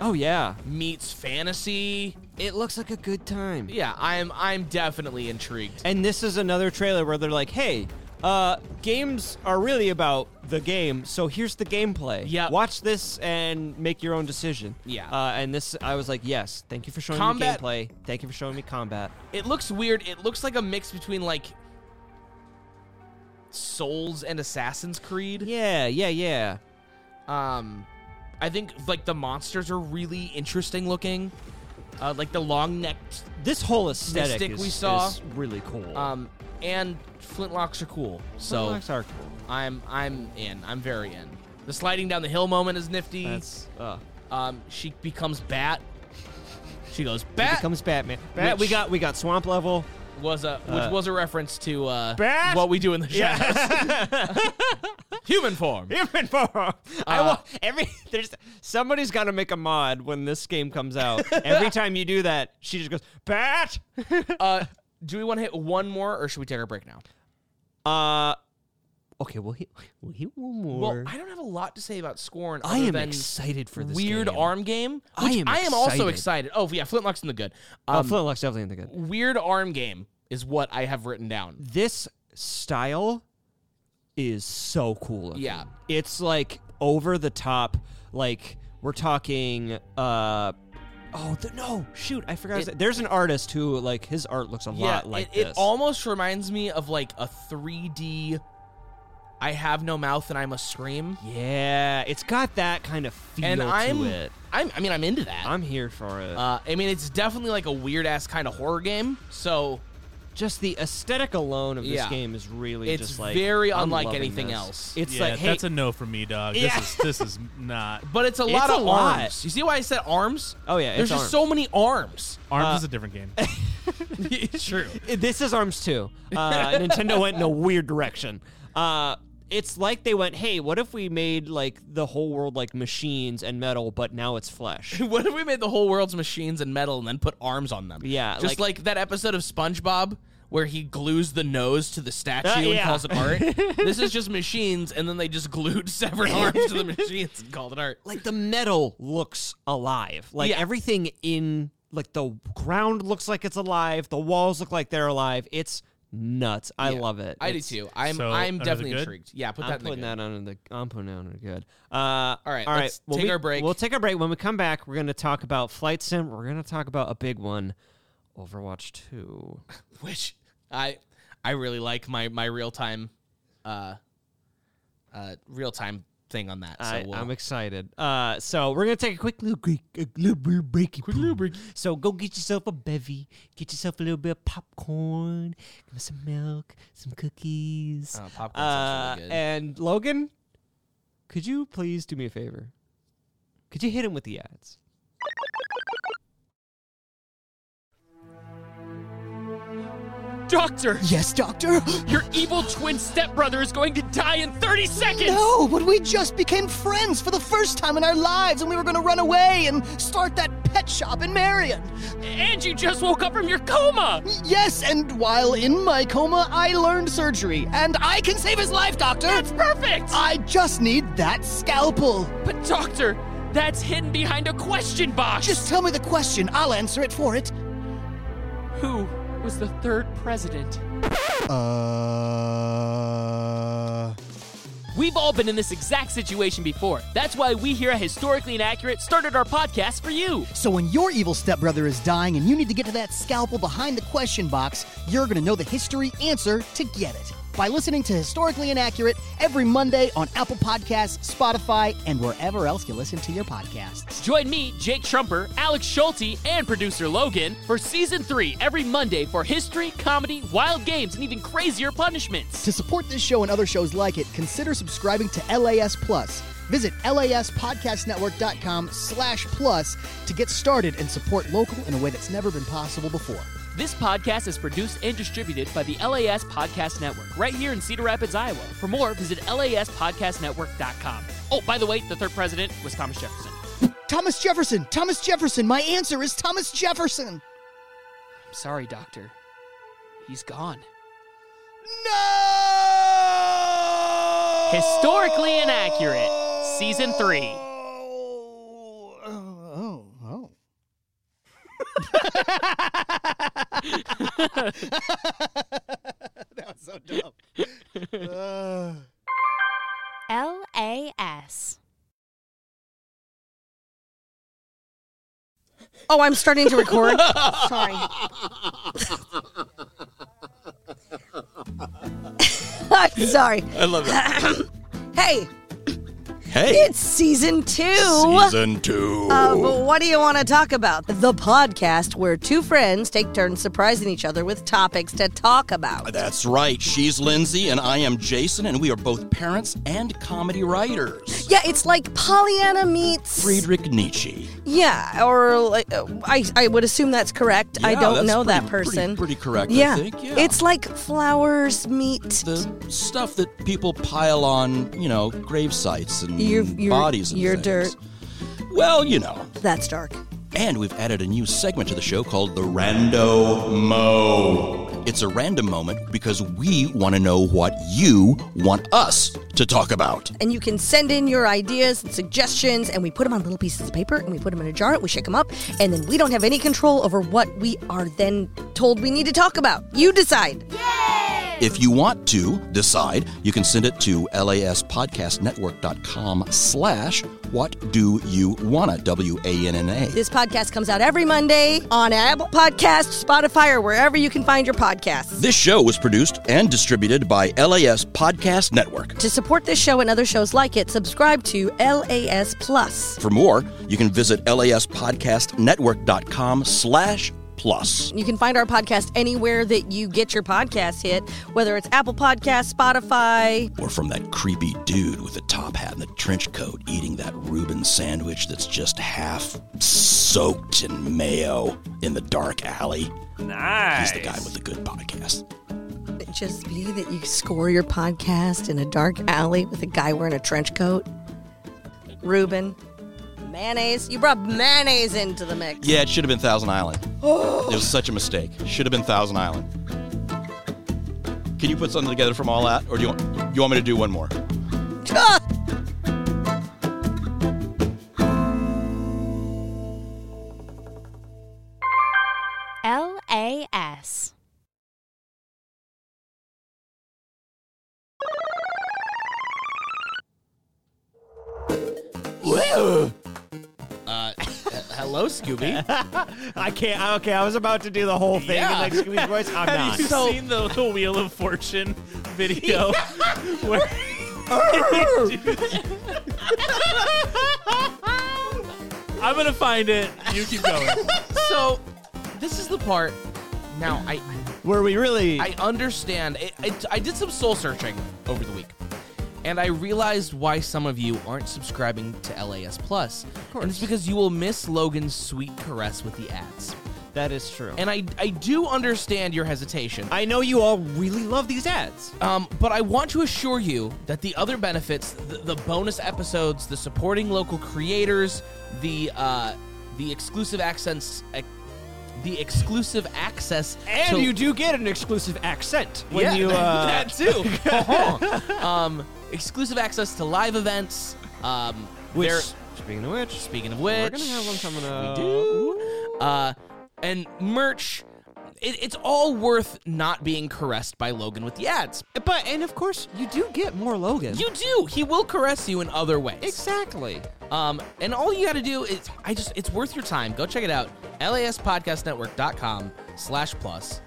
C: Oh yeah,
B: meets fantasy.
C: it looks like a good time.
B: Yeah, I'm I'm definitely intrigued.
C: And this is another trailer where they're like, hey, uh, games are really about the game, so here's the gameplay.
B: Yep.
C: Watch this and make your own decision.
B: Yeah.
C: Uh, and this, I was like, yes, thank you for showing
B: Combat-
C: me gameplay. Thank you for showing me combat.
B: It looks weird. It looks like a mix between like Souls and Assassin's Creed.
C: Yeah, yeah, yeah.
B: Um, I think like the monsters are really interesting looking. Uh, like the long necked.
C: This whole aesthetic
B: Mystic
C: is,
B: we saw.
C: is really cool.
B: Um, and flintlocks are cool. So
C: Flintlocks are cool.
B: I'm I'm in. I'm very in. The sliding down the hill moment is nifty.
C: That's uh,
B: um, she becomes bat. She goes
C: he
B: bat.
C: becomes Batman.
B: Bat-
C: We, we got we got swamp level.
B: was a which was a reference to uh,
C: Bat?
B: what we do in the shadows. Human form.
C: Even more. I
B: Uh,
C: will, every there's somebody's got to make a mod when this game comes out. every time you do that, she just goes bat.
B: Uh, do we want to hit one more, or should we take our break now?
C: Uh, okay, we'll hit, we'll hit one more.
B: Well, I don't have a lot to say about Scorn.
C: I
B: other
C: am
B: than
C: excited for this
B: weird
C: game.
B: arm game. Which
C: I am
B: also
C: excited.
B: excited. Oh yeah, Flintlock's in the good.
C: Oh,
B: Um,
C: Flintlock's definitely in the good.
B: weird arm game is what I have written down.
C: This style is so cool. looking.
B: Yeah.
C: it's like over the top. Like we're talking. uh Oh the, no! Shoot, I forgot.
B: It-
C: his name. There's an artist who like his art looks a lot like
B: it,
C: this.
B: it almost reminds me of like a 3D. I have no mouth and I must scream.
C: Yeah, it's got that kind of feel
B: and I'm,
C: to it.
B: I'm, I mean, I'm into that.
C: I'm here for it.
B: uh, I mean, it's definitely like a weird ass kind of horror game. So
C: just the aesthetic alone of this
B: yeah.
C: game is really
B: It's
C: just like
B: very
C: I'm
B: unlike
C: loving
B: anything
C: this.
B: else.
C: It's
D: yeah,
C: like hey,
D: that's a no for me, dog.
C: Yeah.
D: This is this is not.
B: But it's a
C: It's
B: lot
C: a
B: of
C: lot.
B: arms. You see why I said arms?
C: Oh, yeah, it's
B: there's just
C: arms.
B: so many arms.
D: Arms
C: Uh,
D: is a different game.
B: it's true.
C: this is Arms 2. Uh, Nintendo went in a weird direction. Uh, it's like they went, hey, what if we made like the whole world like machines and metal, but now it's flesh?
B: What if we made the whole world's machines and metal and then put arms on them?
C: Yeah,
B: just like,
C: like-
B: that episode of SpongeBob where he glues the nose to the statue
C: Uh,
B: and
C: yeah.
B: calls it art. this is just machines, and then they just glued severed arms to the machines and called it art.
C: like the metal looks alive. Like
B: Yeah.
C: everything in like the ground looks like it's alive. The walls look like they're alive. It's nuts. I love it.
B: I do
C: It's-
B: too. I'm
D: So,
B: I'm
D: are they
B: definitely
D: good?
B: intrigued. Yeah, put
C: I'm
B: that in the
C: putting
B: good.
C: that on the. I'm putting that on the good. Uh, all
B: right,
C: all right.
B: let's
C: When
B: take
C: we-
B: our break.
C: We'll take our break. When we come back, we're going to talk about flight sim. We're going to talk about a big one, Overwatch Two.
B: Which I I really like my my real time, uh, uh, real time thing on that. So
C: I,
B: we'll,
C: I'm excited. Uh, so we're gonna take a quick little break, a little bit of breaky, quick little break. So go get yourself a bevy, get yourself a little bit of popcorn, some milk, some cookies.
B: Oh, popcorn sounds really
C: Uh,
B: good.
C: And Logan, could you please do me a favor? Could you hit him with the ads?
E: Doctor,
F: Yes, Doctor?
E: your evil twin stepbrother is going to die in 30 seconds!
F: No, but we just became friends for the first time in our lives, and we were going to run away and start that pet shop in Marion.
E: And you just woke up from your coma!
F: Yes, and while in my coma, I learned surgery, and I can save his life, Doctor!
E: That's perfect!
F: I just need that scalpel.
E: But, Doctor, that's hidden behind a question box!
F: Just tell me the question, I'll answer it for it.
E: who was the third president?
F: Uh.
E: We've all been in this exact situation before. That's why we here at Historically Inaccurate started our podcast for you.
F: So when your evil stepbrother is dying and you need to get to that scalpel behind the question box, you're going to know the history answer to get it. By listening to Historically Inaccurate every Monday on Apple Podcasts, Spotify, and wherever else you listen to your podcasts.
E: Join me, Jake Trumper, Alex Schulte, and producer Logan for season three every Monday for history, comedy, wild games, and even crazier punishments.
F: To support this show and other shows like it, consider subscribing to LAS Plus. Visit laspodcastnetwork.com slash plus to get started and support local in a way that's never been possible before.
E: This podcast is produced and distributed by the LAS Podcast Network right here in Cedar Rapids, Iowa. For more, visit laspodcastnetwork.com. Oh, by the way, the third president was Thomas Jefferson.
F: Thomas Jefferson! Thomas Jefferson! My answer is Thomas Jefferson!
E: I'm sorry, Doctor. He's gone.
F: No!
E: Historically Inaccurate, Season 3.
F: Oh, oh, oh. that was so dumb. Uh.
A: LAS.
G: Oh, I'm starting to record. Sorry. I'm sorry. I love it. hey,
F: Hey,
G: It's season two.
F: season two.
G: of what do you want to talk about? The podcast where two friends take turns surprising each other with topics to talk about.
F: That's right. She's Lindsay and I am Jason, and we are both parents and comedy writers.
G: Yeah, it's like Pollyanna meets.
F: Friedrich Nietzsche.
G: Yeah, or like, uh, I, I would assume that's correct. I
F: Yeah,
G: don't
F: that's
G: know
F: pretty-
G: that
F: pretty-
G: person.
F: pretty correct, I
G: Yeah.
F: think, yeah.
G: It's like flowers meet.
F: The stuff that people pile on, you know, grave sites and
G: Your- your-
F: bodies and
G: your
F: things. Well, you know.
G: That's dark.
F: And we've added a new segment to the show called the Rando Mo. It's a random moment because we want to know what you want us to talk about.
G: And you can send in your ideas and suggestions, and we put them on little pieces of paper and we put them in a jar and we shake them up, and then we don't have any control over what we are then told we need to talk about. You decide.
F: If you want to decide, you can send it to laspodcastnetwork.com slash what do you wanna, W-A-N-N-A.
G: This podcast comes out every Monday on Apple Podcast, Spotify, or wherever you can find your podcasts.
F: This show was produced and distributed by LAS Podcast Network.
G: To support this show and other shows like it, subscribe to LAS Plus.
F: For more, you can visit laspodcastnetwork.com slash plus.
G: You can find our podcast anywhere that you get your podcast hit, whether it's Apple Podcasts, Spotify.
F: Or from that creepy dude with the top hat and the trench coat eating that Reuben sandwich that's just half soaked in mayo in the dark alley. Nice. He's the guy with the good podcast.
G: It just be that you score your podcast in a dark alley with a guy wearing a trench coat. Ruben. Mayonnaise. You brought mayonnaise into the mix.
F: Yeah, it should have been Thousand Island. It was such a mistake. Should have been Thousand Island. Can you put something together from all that, or do you want, you want me to do one more?
G: Ah!
A: LAS.
B: Uh, h- hello, Scooby.
C: I can't. Okay, I was about to do the whole thing
B: Yeah.
C: in like Scooby's voice. I'm
D: Have
C: not.
D: you seen the, the Wheel of Fortune video? Where I'm gonna find it. You keep going.
B: so, this is the part. Now, I
C: Were we really?
B: I understand. I, I, I did some soul searching over the week, and I realized why some of you aren't subscribing to LAS Plus. Of course, and it's because you will miss Logan's sweet caress with the ads.
C: that is true.
B: And I I do understand your hesitation.
C: I know you all really love these ads.
B: Um, but I want to assure you that the other benefits, the, the bonus episodes, the supporting local creators, the uh, the exclusive accents, ec- the exclusive access,
C: And
B: to-
C: you do get an exclusive accent when
B: yeah,
C: you. Uh,
B: that too, Uh-huh. um, exclusive access to live events. Um,
C: which,
B: there-
C: speaking of which,
B: speaking of
C: we're
B: which,
C: gonna have one coming up.
B: do. uh, and merch. It, it's all worth not being caressed by Logan with the ads.
C: But and of course you do get more Logan.
B: You do. He will caress you in other ways.
C: exactly.
B: Um, and all you got to do is, I just, it's worth your time. Go check it out. laspodcastnetwork.com slash plus.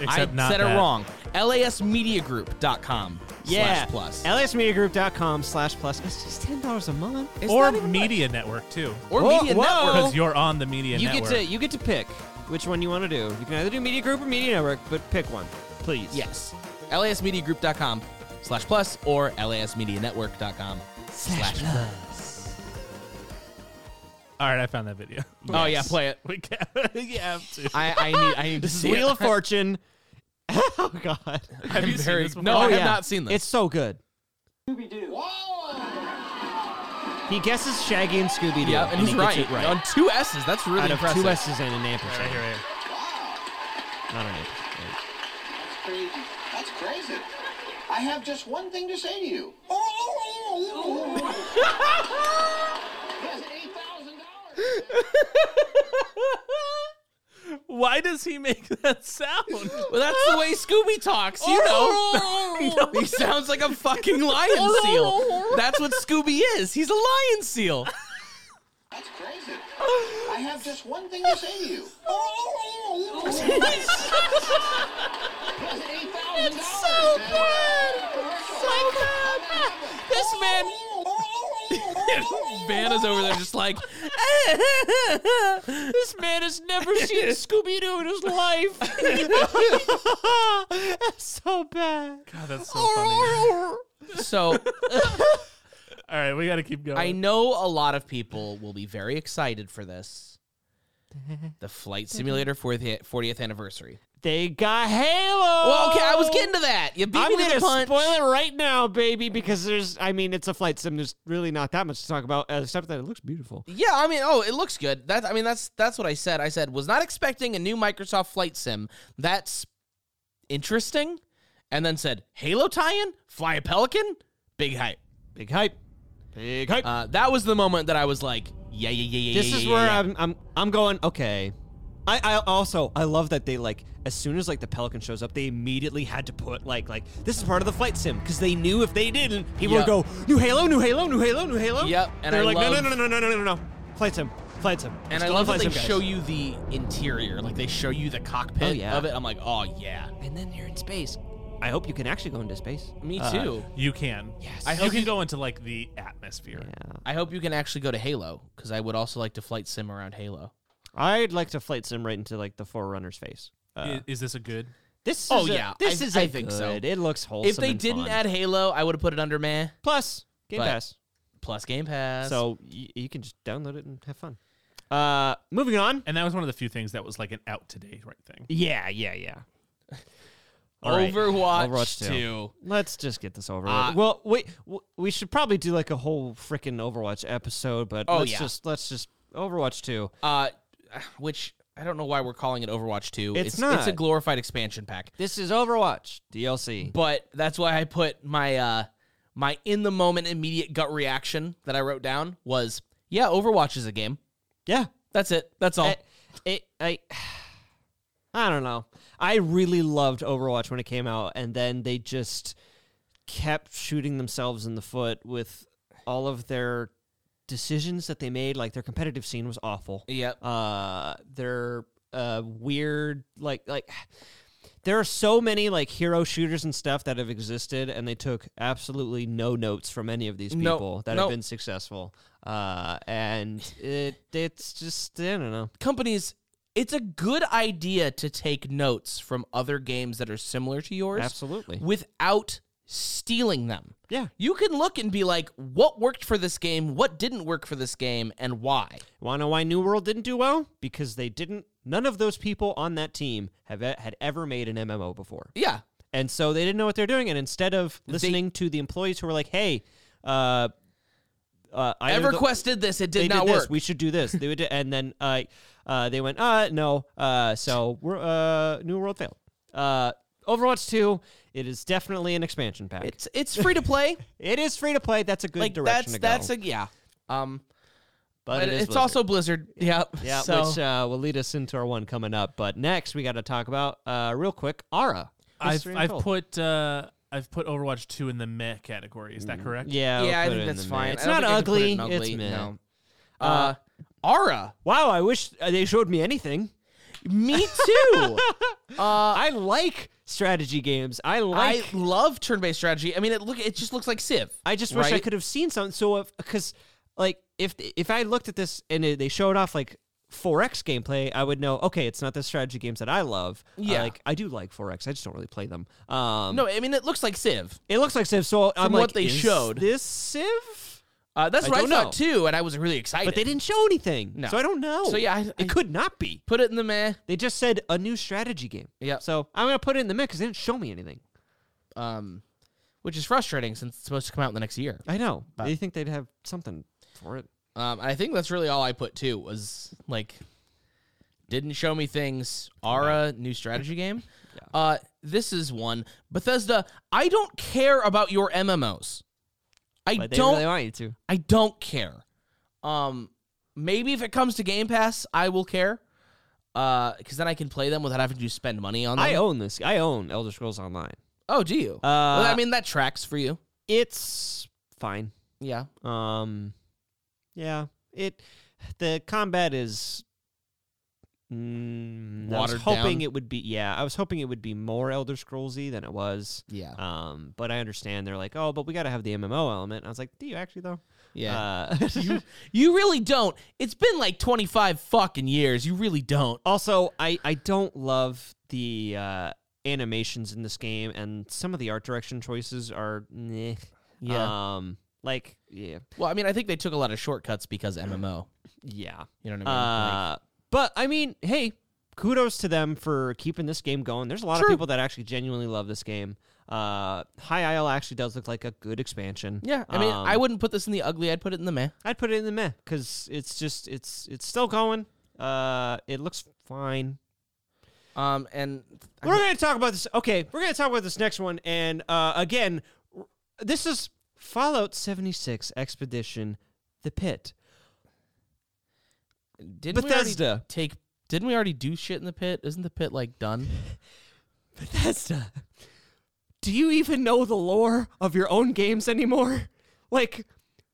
D: Except
B: I
D: not
B: said it
D: that.
B: wrong. lasmediagroup.com
C: Yeah.
B: slash plus.
C: LSMediagroup.com slash plus. It's just ten dollars a month. It's
D: or
C: not even much.
D: Media Network too,
B: or
C: Whoa,
B: Media
C: whoa.
B: Network.
D: because you're on the Media
C: You get
D: Network.
C: to you get to pick which one you want to do. You can either do Media Group or Media Network, but pick one, please.
B: Yes. lasmediagroup.com slash plus or lasmedianetwork.com slash plus.
D: All right, I found that video.
B: Oh, yeah, play it.
D: We can you have to.
B: I, I need I need to see
C: Wheel
B: it.
C: of Fortune. oh God. Oh,
D: have you
B: very-
D: seen this
B: no,
D: before?
B: I have not seen this.
C: It's so good. Scooby Doo. He guesses Shaggy and Scooby Doo.
B: yeah, and he's
C: he
B: right.
C: gets it right.
B: On two S's. That's really
C: Out of
B: impressive.
C: two S's and an ampersand.
D: Right here, right here.
C: Not an ampersand.
H: crazy. That's crazy. I have just one thing to say to you. That's eight thousand dollars.
D: Why does he make that sound?
B: Well, that's the way Scooby talks, you know. he sounds like a fucking lion seal. That's what Scooby is. He's a lion seal.
H: That's crazy. I have just one thing to say to you. That's eight thousand dollars. So bad. So bad.
B: This man
H: This
B: Vanna's over there just like,
E: This man has never seen Scooby Doo in his life.
C: so bad.
D: God, that's so funny.
B: so
D: All right, we got to keep going.
B: I know a lot of people will be very excited for this. The Flight Simulator 40th 40th anniversary.
C: They got Halo.
B: Well, okay, I was getting to that. You beat
C: I'm
B: me to
C: gonna
B: the punch.
C: spoil it right now, baby, because there's. I mean, it's a flight sim. There's really not that much to talk about, uh, except that it looks beautiful.
B: Yeah, I mean, oh, it looks good. That I mean, that's that's what I said. I said was not expecting a new Microsoft Flight Sim. That's interesting. And then said Halo tie-in, fly a pelican, big hype.
C: Big hype. Big hype.
B: Uh, that was the moment that I was like, yeah, yeah, yeah, yeah.
C: this
B: yeah,
C: is
B: yeah,
C: where
B: yeah.
C: I'm, I'm I'm going okay I, I also I love that they like as soon as like the pelican shows up they immediately had to put like like this is part of the flight sim because they knew if they didn't people
B: Yep.
C: would go new halo new halo new halo new halo
B: Yep, and
C: they're
B: I
C: like no
B: love-
C: no no no no no no no no flight sim flight sim
B: And
C: Let's
B: I
C: go
B: love
C: flight
B: that they
C: sim, guys.
B: show you the interior, like they show you the cockpit
C: Oh, yeah.
B: of it. I'm like, oh yeah,
C: and then you're in space I hope you can actually go into space
B: me
C: Uh,
B: too.
D: you can.
C: Yes.
D: I hope you can go into like the atmosphere.
B: I hope you can actually go to Halo because I would also like to flight sim around Halo.
C: I'd like to flight sim right into like the forerunner's face
D: I-
C: uh,
D: Is, this a good?
C: this is
B: Oh,
C: a-
B: yeah,
C: this
B: I-
C: is
B: I
C: a
B: think so.
C: good- it looks wholesome
B: if they
C: and
B: didn't
C: fun.
B: add Halo, I would have put it under meh
C: plus game
B: But-
C: pass
B: plus Game Pass.
C: So you, you can just download it and have fun. Uh, moving on.
D: And that was one of the few things that was like an out today right thing.
C: Yeah, yeah, yeah. All right.
B: Overwatch,
C: Overwatch
B: 2.
C: two. Let's just get this over with.
B: Uh,
C: well, wait, w- we should probably do like a whole freaking Overwatch episode, but
B: Oh,
C: let's
B: yeah.
C: just let's just Overwatch 2.
B: Uh, which I don't know why we're calling it Overwatch 2.
C: It's
B: It's a
C: not.
B: glorified expansion pack.
C: This is Overwatch DLC.
B: But that's why I put my uh my in the moment immediate gut reaction that I wrote down was, yeah, Overwatch is a game.
C: Yeah.
B: That's it. That's all.
C: I- it I I don't know. I really loved Overwatch when it came out and then they just kept shooting themselves in the foot with all of their decisions that they made like their competitive scene was awful.
B: yep.
C: Uh their uh weird like like there are so many like hero shooters and stuff that have existed and they took absolutely no notes from any of these
B: No,
C: people that
B: no.
C: have been successful. Uh and it it's just I don't know.
B: Companies it's a good idea to take notes from other games that are similar to yours
C: Absolutely.
B: without stealing them.
C: Yeah.
B: You can look and be like, what worked for this game, what didn't work for this game, and why.
C: Want to know why New World didn't do well? Because they didn't. None of those people on that team have e, had ever made an MMO before,
B: Yeah.
C: and so they didn't know what they're doing. And instead of listening to the employees who were like, "Hey, uh, uh, either the-
B: EverQuest did this. It did
C: they
B: not
C: did
B: work.
C: This. We should do this." They would, and then uh, uh, they went, "Uh, no." Uh, so we're uh, New World failed. Uh, Overwatch Two. It is definitely an expansion pack.
B: it's it's free to play.
C: it is free to play. That's a good
B: like
C: direction
B: that's
C: to go.
B: that's a yeah. Um,
C: but,
B: but
C: it is
B: it's
C: Blizzard.
B: also Blizzard. Yep.
C: Yeah,
B: So
C: which uh, will lead us into our one coming up. But next, we got to talk about uh, real quick Ara.
D: I've
C: Mystery and
D: I've
C: Cold.
D: put uh I've put Overwatch two in the meh category. Is that correct?
C: yeah, we'll
B: Mm-hmm. yeah, I
C: put it
B: think
C: in
B: that's
C: the
B: fine.
C: mid. It's
B: I don't
C: not
B: think I could put
C: ugly.
B: it in ugly.
C: It's mid.
B: no. Uh, Aura.
C: Wow, I wish uh, they showed me anything. Uh,
B: Me too.
C: I like strategy games. I
B: Uh, I
C: like.
B: love turn-based strategy. I mean, it look it just looks like Civ.
C: I, just wish I
B: right?
C: could have seen something. So because like if if I looked at this and it, they showed off like. 4x gameplay, I would know. Okay, it's not the strategy games that I love. I
B: Yeah.
C: like I do like 4x. I just don't really play them. Um,
B: No, I mean it looks like Civ.
C: it looks like Civ. So I'm
B: what
C: like,
B: they
C: is
B: showed.
C: this Civ.
B: Uh, that's
C: I
B: what I
C: don't
B: thought
C: know.
B: too, and I was really excited.
C: But they didn't show anything.
B: No.
C: So I don't know.
B: So, yeah, I- I-
C: it could not be.
B: put it in the meh.
C: They just said a new strategy game.
B: Yep.
C: So I'm gonna put it in the mix because they didn't show me anything.
B: Um, which is frustrating since it's supposed to come out in the next year.
C: I know. Do you think they'd have something for it?
B: Um, I think that's really all I put too was like didn't show me things. Aura new strategy game. Uh, this is one Bethesda. I don't care about your MMOs. I
C: But they
B: don't.
C: really want you to.
B: I don't care. Um, maybe if it comes to Game Pass, I will care. Uh, because then I can play them without having to spend money on them.
C: I Uh, own this. I own Elder Scrolls Online.
B: oh, do you? well, I mean that tracks for you.
C: It's fine.
B: Yeah.
C: Um, yeah. It. The combat is Mm, I was
B: Watered
C: hoping
B: down?
C: it would be yeah. I was hoping it would be more Elder Scrollsy than it was.
I: Yeah.
C: Um, but I understand they're like, oh, but we got to have the MMO element. I was like, do you actually though?
I: Yeah.
C: Uh,
B: You really don't. It's been like 25 fucking years. You really don't.
C: also, I I don't love the uh, animations in this game, and some of the art direction choices are meh.
B: Yeah.
C: Um, like yeah,
B: Well, I mean, I think they took a lot of shortcuts because MMO.
C: yeah.
B: You know what I mean? Like,
C: Uh, but I mean, hey, kudos to them for keeping this game going. There's a lot
B: True.
C: of people that actually genuinely love this game. Uh, High Isle actually does look like a good expansion.
B: yeah, I mean,
C: Um,
B: I wouldn't put this in the ugly. I'd put it in the meh.
C: I'd put it in the meh because it's just it's it's still going. Uh, it looks fine.
B: Um, and I
C: We're
B: mean-
C: gonna talk about this. Okay, we're gonna talk about this next one. And uh, again, r- this is Fallout 76 Expedition: The Pit.
B: didn't we already
C: Bethesda.
B: take? Didn't we already do shit in the pit? Isn't the pit like done?
C: Bethesda, do you even know the lore of your own games anymore? Like,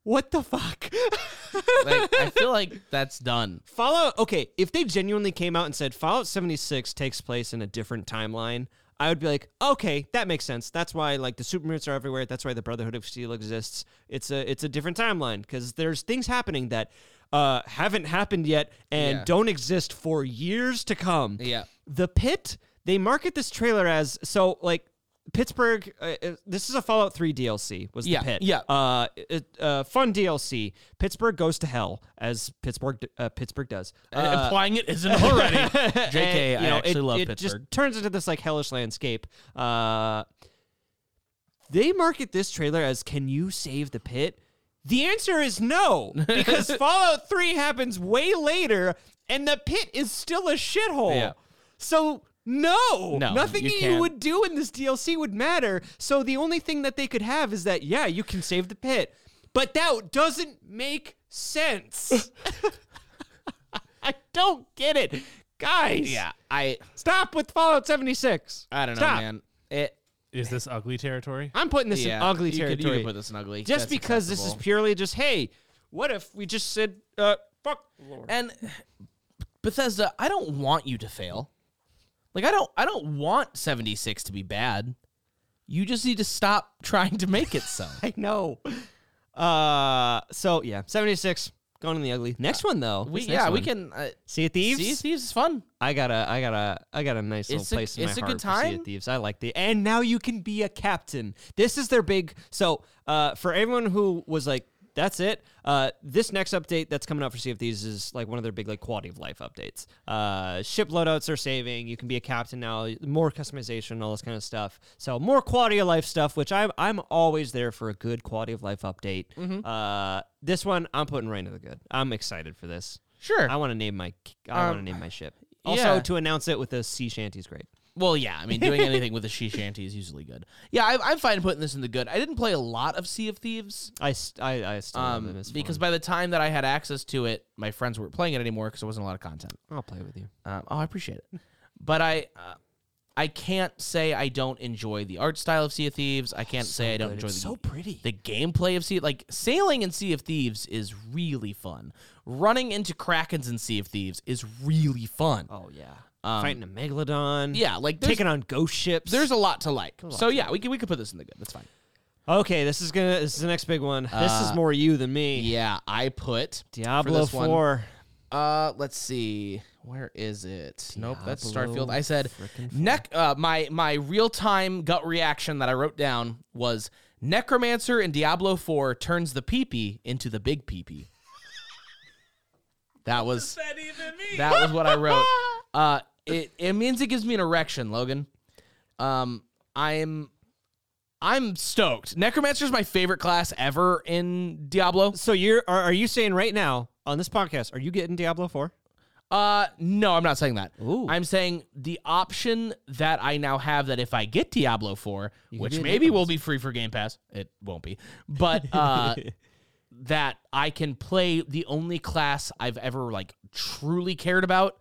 C: what the fuck?
B: Like, I feel like that's done.
C: Fallout, okay, if they genuinely came out and said Fallout 76 takes place in a different timeline, I would be like, okay, that makes sense. That's why like the Supermutants are everywhere. That's why the Brotherhood of Steel exists. It's a it's a different timeline because there's things happening that uh, haven't happened yet and
B: Yeah.
C: don't exist for years to come.
B: Yeah.
C: The Pit, they market this trailer as so like Pittsburgh. Uh, uh, this is a Fallout Three DLC. Was
B: Yeah,
C: the Pit?
B: yeah.
C: Uh, it, uh, fun DLC. Pittsburgh goes to hell as Pittsburgh d- uh, Pittsburgh does.
B: Uh,
C: Uh,
B: Implying it isn't already. JK,
C: and, you know,
B: I actually
C: it,
B: love
C: it
B: Pittsburgh.
C: just turns into this like hellish landscape. Uh, they market this trailer as "Can you save the pit?" The answer is no, because Fallout Three happens way later, and the pit is still a shithole.
B: Yeah.
C: So. No,
B: No,
C: nothing
B: you
C: that
B: can't.
C: you would do in this DLC would matter. So the only thing that they could have is that yeah, you can save the pit, but that doesn't make sense. I don't get it, guys.
B: yeah, I
C: Stop with Fallout 76.
B: I don't know,
C: Stop.
B: man. It
D: Is this ugly territory?
C: I'm putting this
B: yeah,
C: in ugly
B: you could- you could
C: territory.
B: put this in ugly.
C: just
B: That's
C: because this
B: acceptable.
C: is purely just, hey, what if we just said, uh, fuck the Lord?
B: And Bethesda, I don't want you to fail. Like I don't I don't want 76 to be bad. You just need to stop trying to make it so.
C: I know. Uh, so yeah, 76 going in the ugly. Next one though.
B: Uh, we
C: This next
B: yeah, we
C: one.
B: can uh,
C: Sea of Thieves.
B: see Thieves is fun.
C: I got a, I got a, I got a nice little
B: It's a-
C: place in
B: it's
C: my
B: a good
C: heart for Sea
B: time.
C: of Thieves. I like the, and now you can be a captain. This is their big. So, uh, for everyone who was like, that's it. Uh, this next update that's coming out for Sea of Thieves is like one of their big like quality of life updates. Uh, ship loadouts are saving. You can be a captain now. More customization, all this kind of stuff. So more quality of life stuff, which I'm I'm always there for a good quality of life update.
B: Mm-hmm.
C: Uh, this one I'm putting right into the good. I'm excited for this.
B: Sure. Um,
C: I want to name my I want to name my ship. Also,
B: yeah.
C: to announce it with a sea shanty is great.
B: Well, yeah, I mean, doing anything with a she shanty is usually good. Yeah, I, I'm fine putting this in the good. I didn't play a lot of Sea of Thieves
C: I st- I, I still love
B: um,
C: it. It's
B: because
C: fun.
B: by the time that I had access to it, my friends weren't playing it anymore because there wasn't a lot of content.
C: I'll play with you.
B: Um, oh, I appreciate it, but I, uh, I can't say I don't enjoy the art style of Sea of Thieves. I can't say I don't enjoy the
C: pretty.
B: the gameplay of Sea like sailing in Sea of Thieves is really fun. Running into krakens in Sea of Thieves is really fun.
C: oh yeah, fighting a megalodon.
B: Um, Yeah, like there's,
C: taking on ghost ships.
B: there's a lot to like. So yeah, we can we could put this in the good. That's fine.
C: okay. This is gonna. This is the next big one. this is more you than me.
B: Uh, Yeah, I put for
C: Diablo
B: this one-
C: Four.
B: Uh, let's see. Where is it? nope, that's
C: Diablo
B: Starfield. I said
C: frickin' four.
B: neck. Uh, my my real time gut reaction that I wrote down was Necromancer in Diablo Four turns the peepee into the big peepee. that was that, was what I wrote. Uh, it it means it gives me an erection, Logan. Um, I'm. I'm stoked. Necromancer is my favorite class ever in Diablo.
C: So you're are, are you saying right now on this podcast? Are you getting Diablo Four?
B: Uh, no, I'm not saying that.
C: Ooh.
B: I'm saying the option that I now have that if I get Diablo 4,
C: can be
B: which
C: a
B: maybe will be free for Game Pass, it won't be, but uh, that I can play the only class I've ever like truly cared about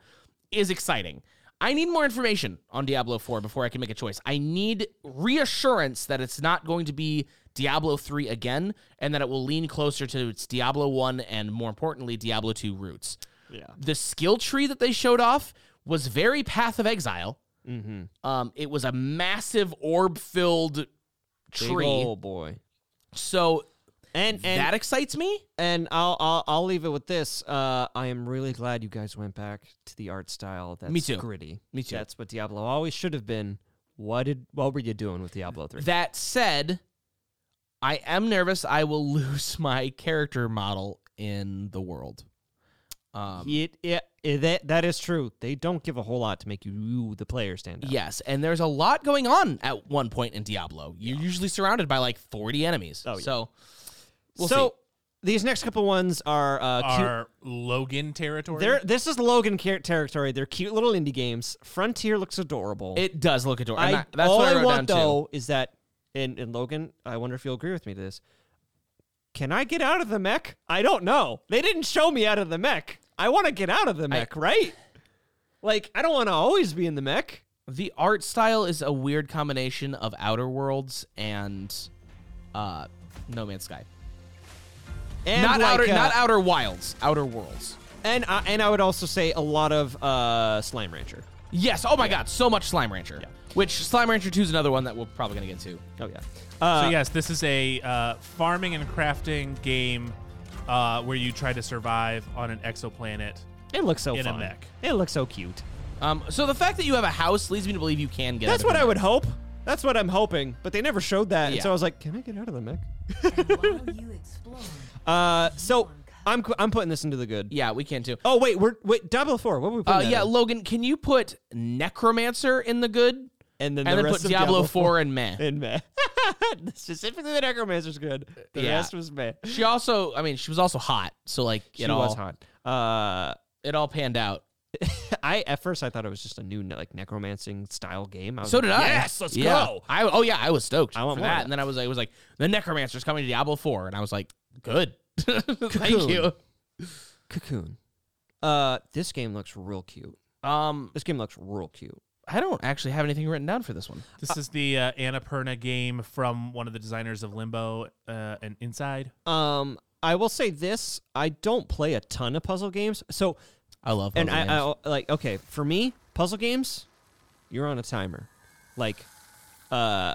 B: is exciting. I need more information on Diablo 4 before I can make a choice. I need reassurance that it's not going to be Diablo 3 again and that it will lean closer to its Diablo 1 and more importantly Diablo 2 roots. The skill tree that they showed off was very Path of Exile.
C: Mm-hmm.
B: Um, it was a massive orb filled tree.
C: Oh boy.
B: So
C: And and
B: that excites me.
C: and I'll, I'll I'll leave it with this. Uh, I am really glad you guys went back to the art style that's
B: Me too.
C: gritty.
B: Me too.
C: That's what Diablo always should have been. What did what were you doing with Diablo three?
B: That said, I am nervous I will lose my character model in the world. Um,
C: it, it, it- that that is true. They don't give a whole lot to make you the player stand out.
B: Yes, and there's a lot going on at one point in Diablo. You're usually surrounded by like 40 enemies.
C: Oh, yeah.
B: So we'll
C: so these next couple ones are uh, cute.
D: Our Logan territory.
C: They're, this is Logan car- territory. They're cute little indie games. Frontier looks adorable.
B: see. It does look adorable.
C: I,
B: And that- that's
C: all
B: what I,
C: I,
B: wrote
C: want
B: down
C: though is that, and, and Logan, I wonder if you'll agree with me to this. Can I get out of the mech? I don't know. They didn't show me out of the mech. I want to get out of the mech, right? Like I don't want to always be in the mech.
B: too. The art style is a weird combination of Outer Worlds and uh, No Man's Sky.
C: And
B: not
C: like,
B: outer,
C: uh,
B: not Outer Wilds. Outer Worlds.
C: And I, and I would also say a lot of uh, Slime Rancher.
B: Yes. Oh my God. So much Slime Rancher. Which Slime Rancher 2 is another one that we're probably gonna get to.
C: Oh yeah. Uh,
D: so yes, this is a uh, farming and crafting game uh, where you try to survive on an exoplanet.
C: It looks so
D: In a
C: fun.
D: mech.
C: It looks so cute.
B: Um, so the fact that you have a house leads me to believe you can get.
C: That's
B: out of
C: what
B: it.
C: I would hope. That's what I'm hoping. But they never showed that, and so
B: Yeah.
C: I was like, "Can I get out of the mech?" Uh, so I'm qu- I'm putting this into the good.
B: Yeah, we can too.
C: Oh wait, we're wait Diablo four. What were we putting?
B: Uh,
C: that
B: yeah,
C: in?
B: Logan, can you put Necromancer in the good
C: and then
B: and
C: the
B: then
C: rest
B: put
C: of
B: Diablo, 4 and meh?
C: in meh. Specifically, the necromancer's good. The
B: Yeah.
C: rest was meh.
B: She also, I mean, she was also hot, so like
C: She
B: it all
C: was hot. Uh,
B: it all panned out.
C: I at first I thought it was just a new like necromancing style game. I was
B: So
C: like,
B: did I.
C: Yes, let's
B: Yeah.
C: go.
B: I oh yeah, I was stoked
C: I want
B: for
C: more of
B: that,
C: that.
B: and then I was I was like, the Necromancer's coming to Diablo 4, and I was like, good, thank you.
C: Cocoon. Uh, this game looks real cute.
B: Um,
C: This game looks real cute.
B: I don't actually have anything written down for this one.
D: This is the uh, Annapurna game from one of the designers of Limbo uh, and Inside.
C: Um, I will say this: I don't play a ton of puzzle games, so
B: I love
C: and
B: puzzle
C: I,
B: games.
C: I like okay for me puzzle games. You're on a timer, like, uh,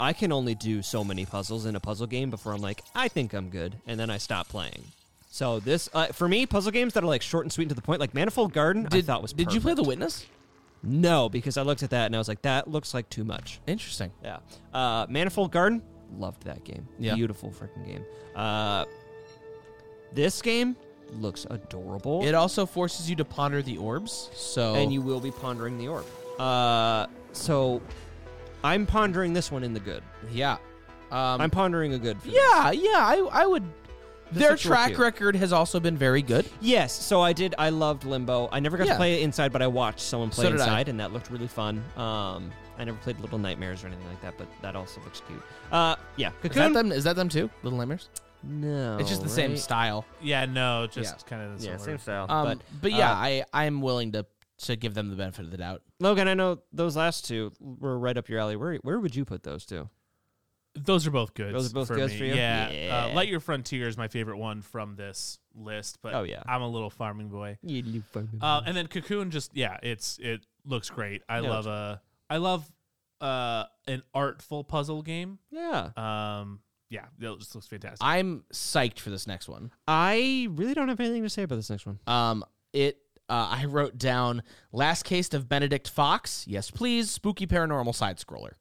C: I can only do so many puzzles in a puzzle game before I'm like, I think I'm good, and then I stop playing. So this uh, for me, puzzle games that are like short and sweet and to the point, like Manifold Garden,
B: did,
C: I thought was.
B: did you play The
C: perfect.
B: Witness?
C: No, because I looked at that and I was like, that looks like too much.
B: Interesting.
C: Yeah. Uh, Manifold Garden, loved that game.
B: Yeah.
C: Beautiful freaking game. Uh, this game looks adorable.
B: It also forces you to ponder the orbs, so
C: and you will be pondering the orb. Uh, so I'm pondering this one in the good.
B: yeah. Um,
C: I'm pondering a good. For this.
B: Yeah, Ah, yeah, I, I would. Their
C: looks real
B: track
C: cute.
B: record has also been very good.
C: Yes. So I did. I loved Limbo. I never got
B: Yeah.
C: to play it inside, but I watched someone play
B: So did I.
C: inside, and that looked really fun. Um, I never played Little Nightmares or anything like that, but that also looks cute. Uh, yeah.
B: Is that
C: Cocoon.
B: them? Is that them too? Little Nightmares.
C: no.
B: it's just the same
C: right?
B: style.
D: Yeah, no, just
B: Yeah.
D: kind of
C: Yeah,
D: similar.
C: same style.
B: Um, but,
C: but
B: yeah,
C: uh,
B: I I'm willing to to give them the benefit of the doubt.
C: Logan, I know those last two were right up your alley. Where where would you put those two?
D: Those are both good.
C: Those are both
D: for
C: goods
D: me.
C: for you?
D: Yeah.
C: Yeah.
D: Uh, Light Your Frontier is my favorite one from this list, but
C: Oh, yeah.
D: I'm a little farming boy.
C: You
D: Uh, and then Cocoon just yeah, it's it looks great. I
C: Yeah, it
D: love a I love uh an artful puzzle game.
C: yeah.
D: Um yeah, it just looks fantastic.
B: I'm psyched for this next one.
C: I really don't have anything to say about this next one.
B: Um, it uh, I wrote down Last Case of Benedict Fox. Yes, please. Spooky paranormal side scroller.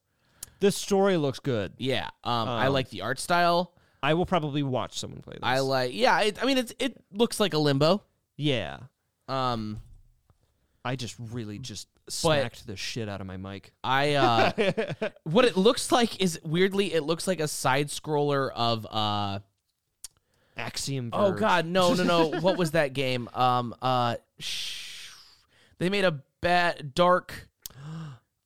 C: The story looks good.
B: Yeah. Um, I
C: Um,
B: like the art style.
C: I will probably watch someone play this.
B: I like. Yeah. It, I mean, it's it looks like a limbo.
C: Yeah.
B: Um,
C: I just really just smacked the shit out of my mic.
B: I uh what it looks like is weirdly it looks like a side scroller of uh
C: Axiom.
B: oh
C: Verge.
B: god no no no what was that game um uh sh- they made a bad dark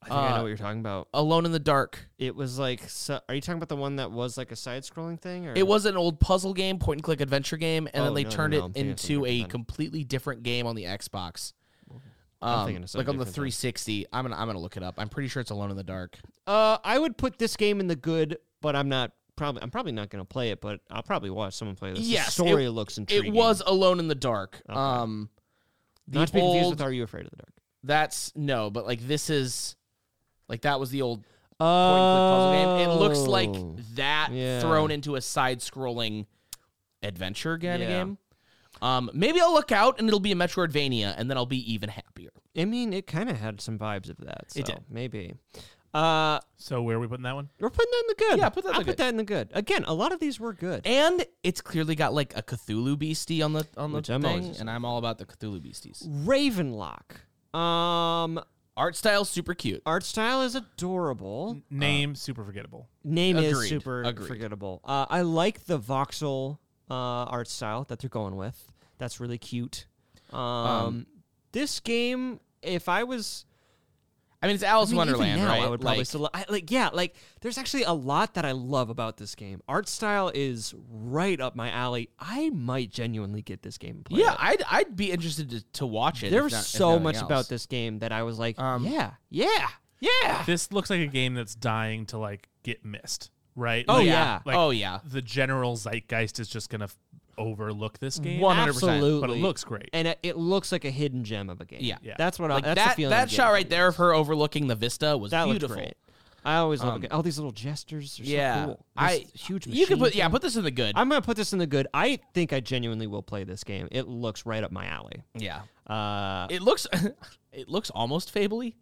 C: I think I
B: uh,
C: know what you're talking about.
B: alone in the dark
C: It was like, so, are you talking about the one that was like a side-scrolling thing? Or
B: it was an old puzzle game point and click adventure game and
C: Oh,
B: then they
C: no, no,
B: turned
C: no, I'm
B: it
C: thinking of something
B: into a
C: different then.
B: completely different game on the Xbox
C: I'm
B: um,
C: thinking of something
B: like on the
C: different then.
B: 360 I'm gonna I'm gonna look it up I'm pretty sure it's alone in the dark
C: Uh, I would put this game in the good, but I'm not probably. I'm probably not going to play it, but I'll probably watch someone play this.
B: Yes,
C: the story
B: it-
C: looks intriguing.
B: it was alone in the dark
C: Okay.
B: um the
C: Not to be confused
B: old
C: with Are You Afraid of the Dark?
B: that's no, but like this is like that was the old point and click puzzle
C: Oh,
B: game. It looks like that
C: Yeah.
B: thrown into a side scrolling adventure kind of
C: Yeah.
B: game. Um, maybe I'll look out and it'll be a Metroidvania, and then I'll be even happier.
C: I mean, it kind of had some vibes of that. So
B: It did.
C: Maybe. Uh,
D: So where are we putting that one?
C: we're putting that in the good.
B: Yeah, put that in
C: I
B: the
C: put
B: good.
C: that in the good. Again, a lot of these were good.
B: And it's clearly got like a Cthulhu beastie on the on the
C: Which I'm always
B: thing,
C: excited
B: and I'm all about the Cthulhu beasties.
C: Ravenlock. Um,
B: Art style super cute.
C: art style is adorable.
D: Name super forgettable.
C: Name is
B: Agreed.
C: super
B: Agreed.
C: forgettable. Uh, I like the voxel uh, art style that they're going with. That's really cute. Um, this game, if I was
B: I mean, it's Alice
C: I mean, even
B: Wonderland,
C: now,
B: right?
C: I would probably
B: Like,
C: still I, like. Yeah, like there's actually a lot that I love about this game. Art style is right up my alley. I might genuinely get this game. And play
B: yeah,
C: it.
B: I'd I'd be interested to, to watch it.
C: there
B: if
C: was
B: not- if
C: so
B: nothing
C: much
B: else.
C: about this game that I was like,
B: Um,
C: yeah, yeah, yeah.
D: This looks like a game that's dying to like get missed, right?
C: Oh,
D: Like-
C: yeah.
D: like,
B: oh yeah,
D: the general zeitgeist is just gonna f- overlook this game.
B: 100%,
D: but it looks great.
C: and it, it looks like a hidden gem of a game.
B: Yeah.
D: Yeah.
C: that's what
B: like
C: I, that's the
B: that
C: feeling I'm
B: that
C: getting
B: shot
C: from
B: right there of her overlooking the vista was
C: That looks
B: beautiful.
C: great. I always love
B: Um,
C: it. all these little gestures. Are so
B: Yeah,
C: cool.
B: I
C: This huge.
B: You can
C: machine
B: put yeah,
C: thing.
B: put this in the good.
C: I'm gonna put this in the good. I think I genuinely will play this game. It looks right up my alley.
B: yeah,
C: Uh,
B: it looks it looks almost fably.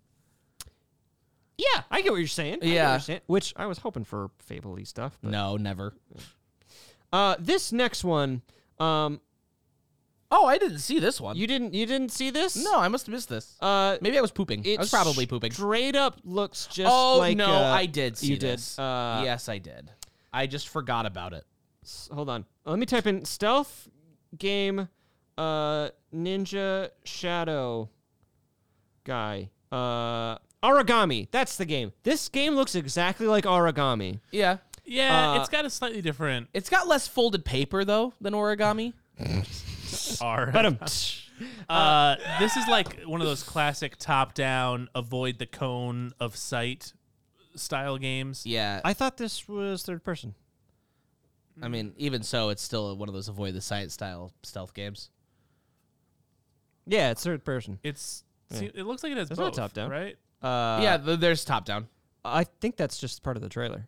C: yeah, I get what you're saying. I get what
B: Yeah.
C: you're saying, which I was hoping for fable-y stuff. But.
B: No, never.
C: Uh, this next one, um,
B: Oh, I didn't see this one.
C: you didn't you didn't see this?
B: no, I must have missed this.
C: Uh,
B: Maybe I was pooping.
C: it
B: I was probably pooping.
C: Straight up looks just.
B: Oh
C: like,
B: no,
C: uh,
B: I did see
C: you
B: this.
C: Did. Uh,
B: yes, I did. I just forgot about it.
C: s- hold on. Let me type in stealth game uh ninja shadow guy. Uh Origami. That's the game. This game looks exactly like Origami.
B: Yeah,
D: yeah,
C: uh,
D: it's got a slightly different
B: it's got less folded paper though than origami.
D: R.
C: But um
D: Uh, this is like one of those classic top-down avoid the cone of sight style games.
B: Yeah,
C: I thought this was third person.
B: I mean, even so, it's still one of those avoid the sight style stealth games.
C: Yeah, it's third person.
D: It's see, it looks like it has
C: That's not
D: both
C: top-down.
D: right?
C: Uh
B: yeah, th- there's top down.
C: I think that's just part of the trailer.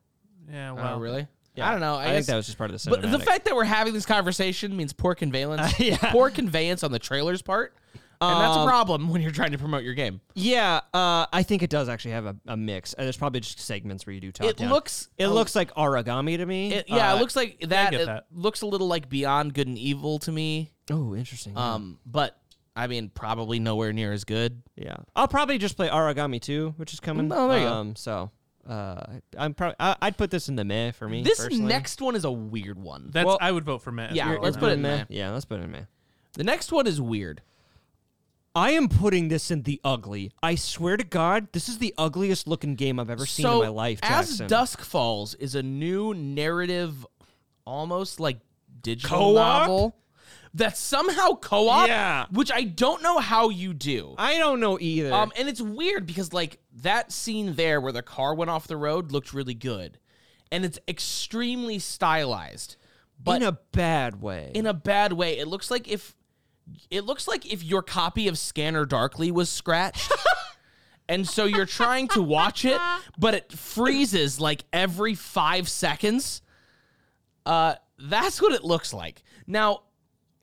D: Yeah.
B: Oh,
D: Well,
B: really? I don't know. I,
C: I, think
B: guess-
C: that was just part of the
B: But
C: cinematic. Uh,
B: the fact that we're having this conversation means poor conveyance. Poor conveyance on the trailers part. And that's a
C: Um,
B: problem when you're trying to promote your game.
C: yeah, uh, I think it does actually have a, a mix. Uh, there's probably just segments where you do top
B: It
C: down.
B: looks-
C: it looks like origami to me.
B: It, yeah,
C: Uh,
B: it looks like that,
D: get
B: it
D: that.
B: looks a little like Beyond Good and Evil to me.
C: Oh, interesting. yeah.
B: Um, but I mean, probably nowhere near as good.
C: Yeah, I'll probably just play Origami 2, which is coming.
B: Oh, there you go.
C: um, So, uh, I'm probably I'd put this in the meh for me.
B: This
C: personally.
B: next one is a weird one.
D: that's
C: Well-
D: I would vote for Matt. as
B: Yeah,
D: well.
B: let's put it in meh.
C: Yeah, let's put it in meh.
B: The next one is weird.
C: I am putting this in the ugly. I swear to God, this is the ugliest looking game I've ever seen in my life. Jackson.
B: As Dusk Falls is a new narrative, almost like digital
C: Co-op?
B: novel that's somehow co-op.
C: Yeah.
B: which I don't know how you do.
C: I don't know either.
B: Um, and it's weird because like that scene there where the car went off the road looked really good, and it's extremely stylized, but
C: in a bad way.
B: in a bad way. It looks like if it looks like if your copy of Scanner Darkly was scratched. And so you're trying to watch it, but it freezes like every five seconds. Uh, that's what it looks like. Now,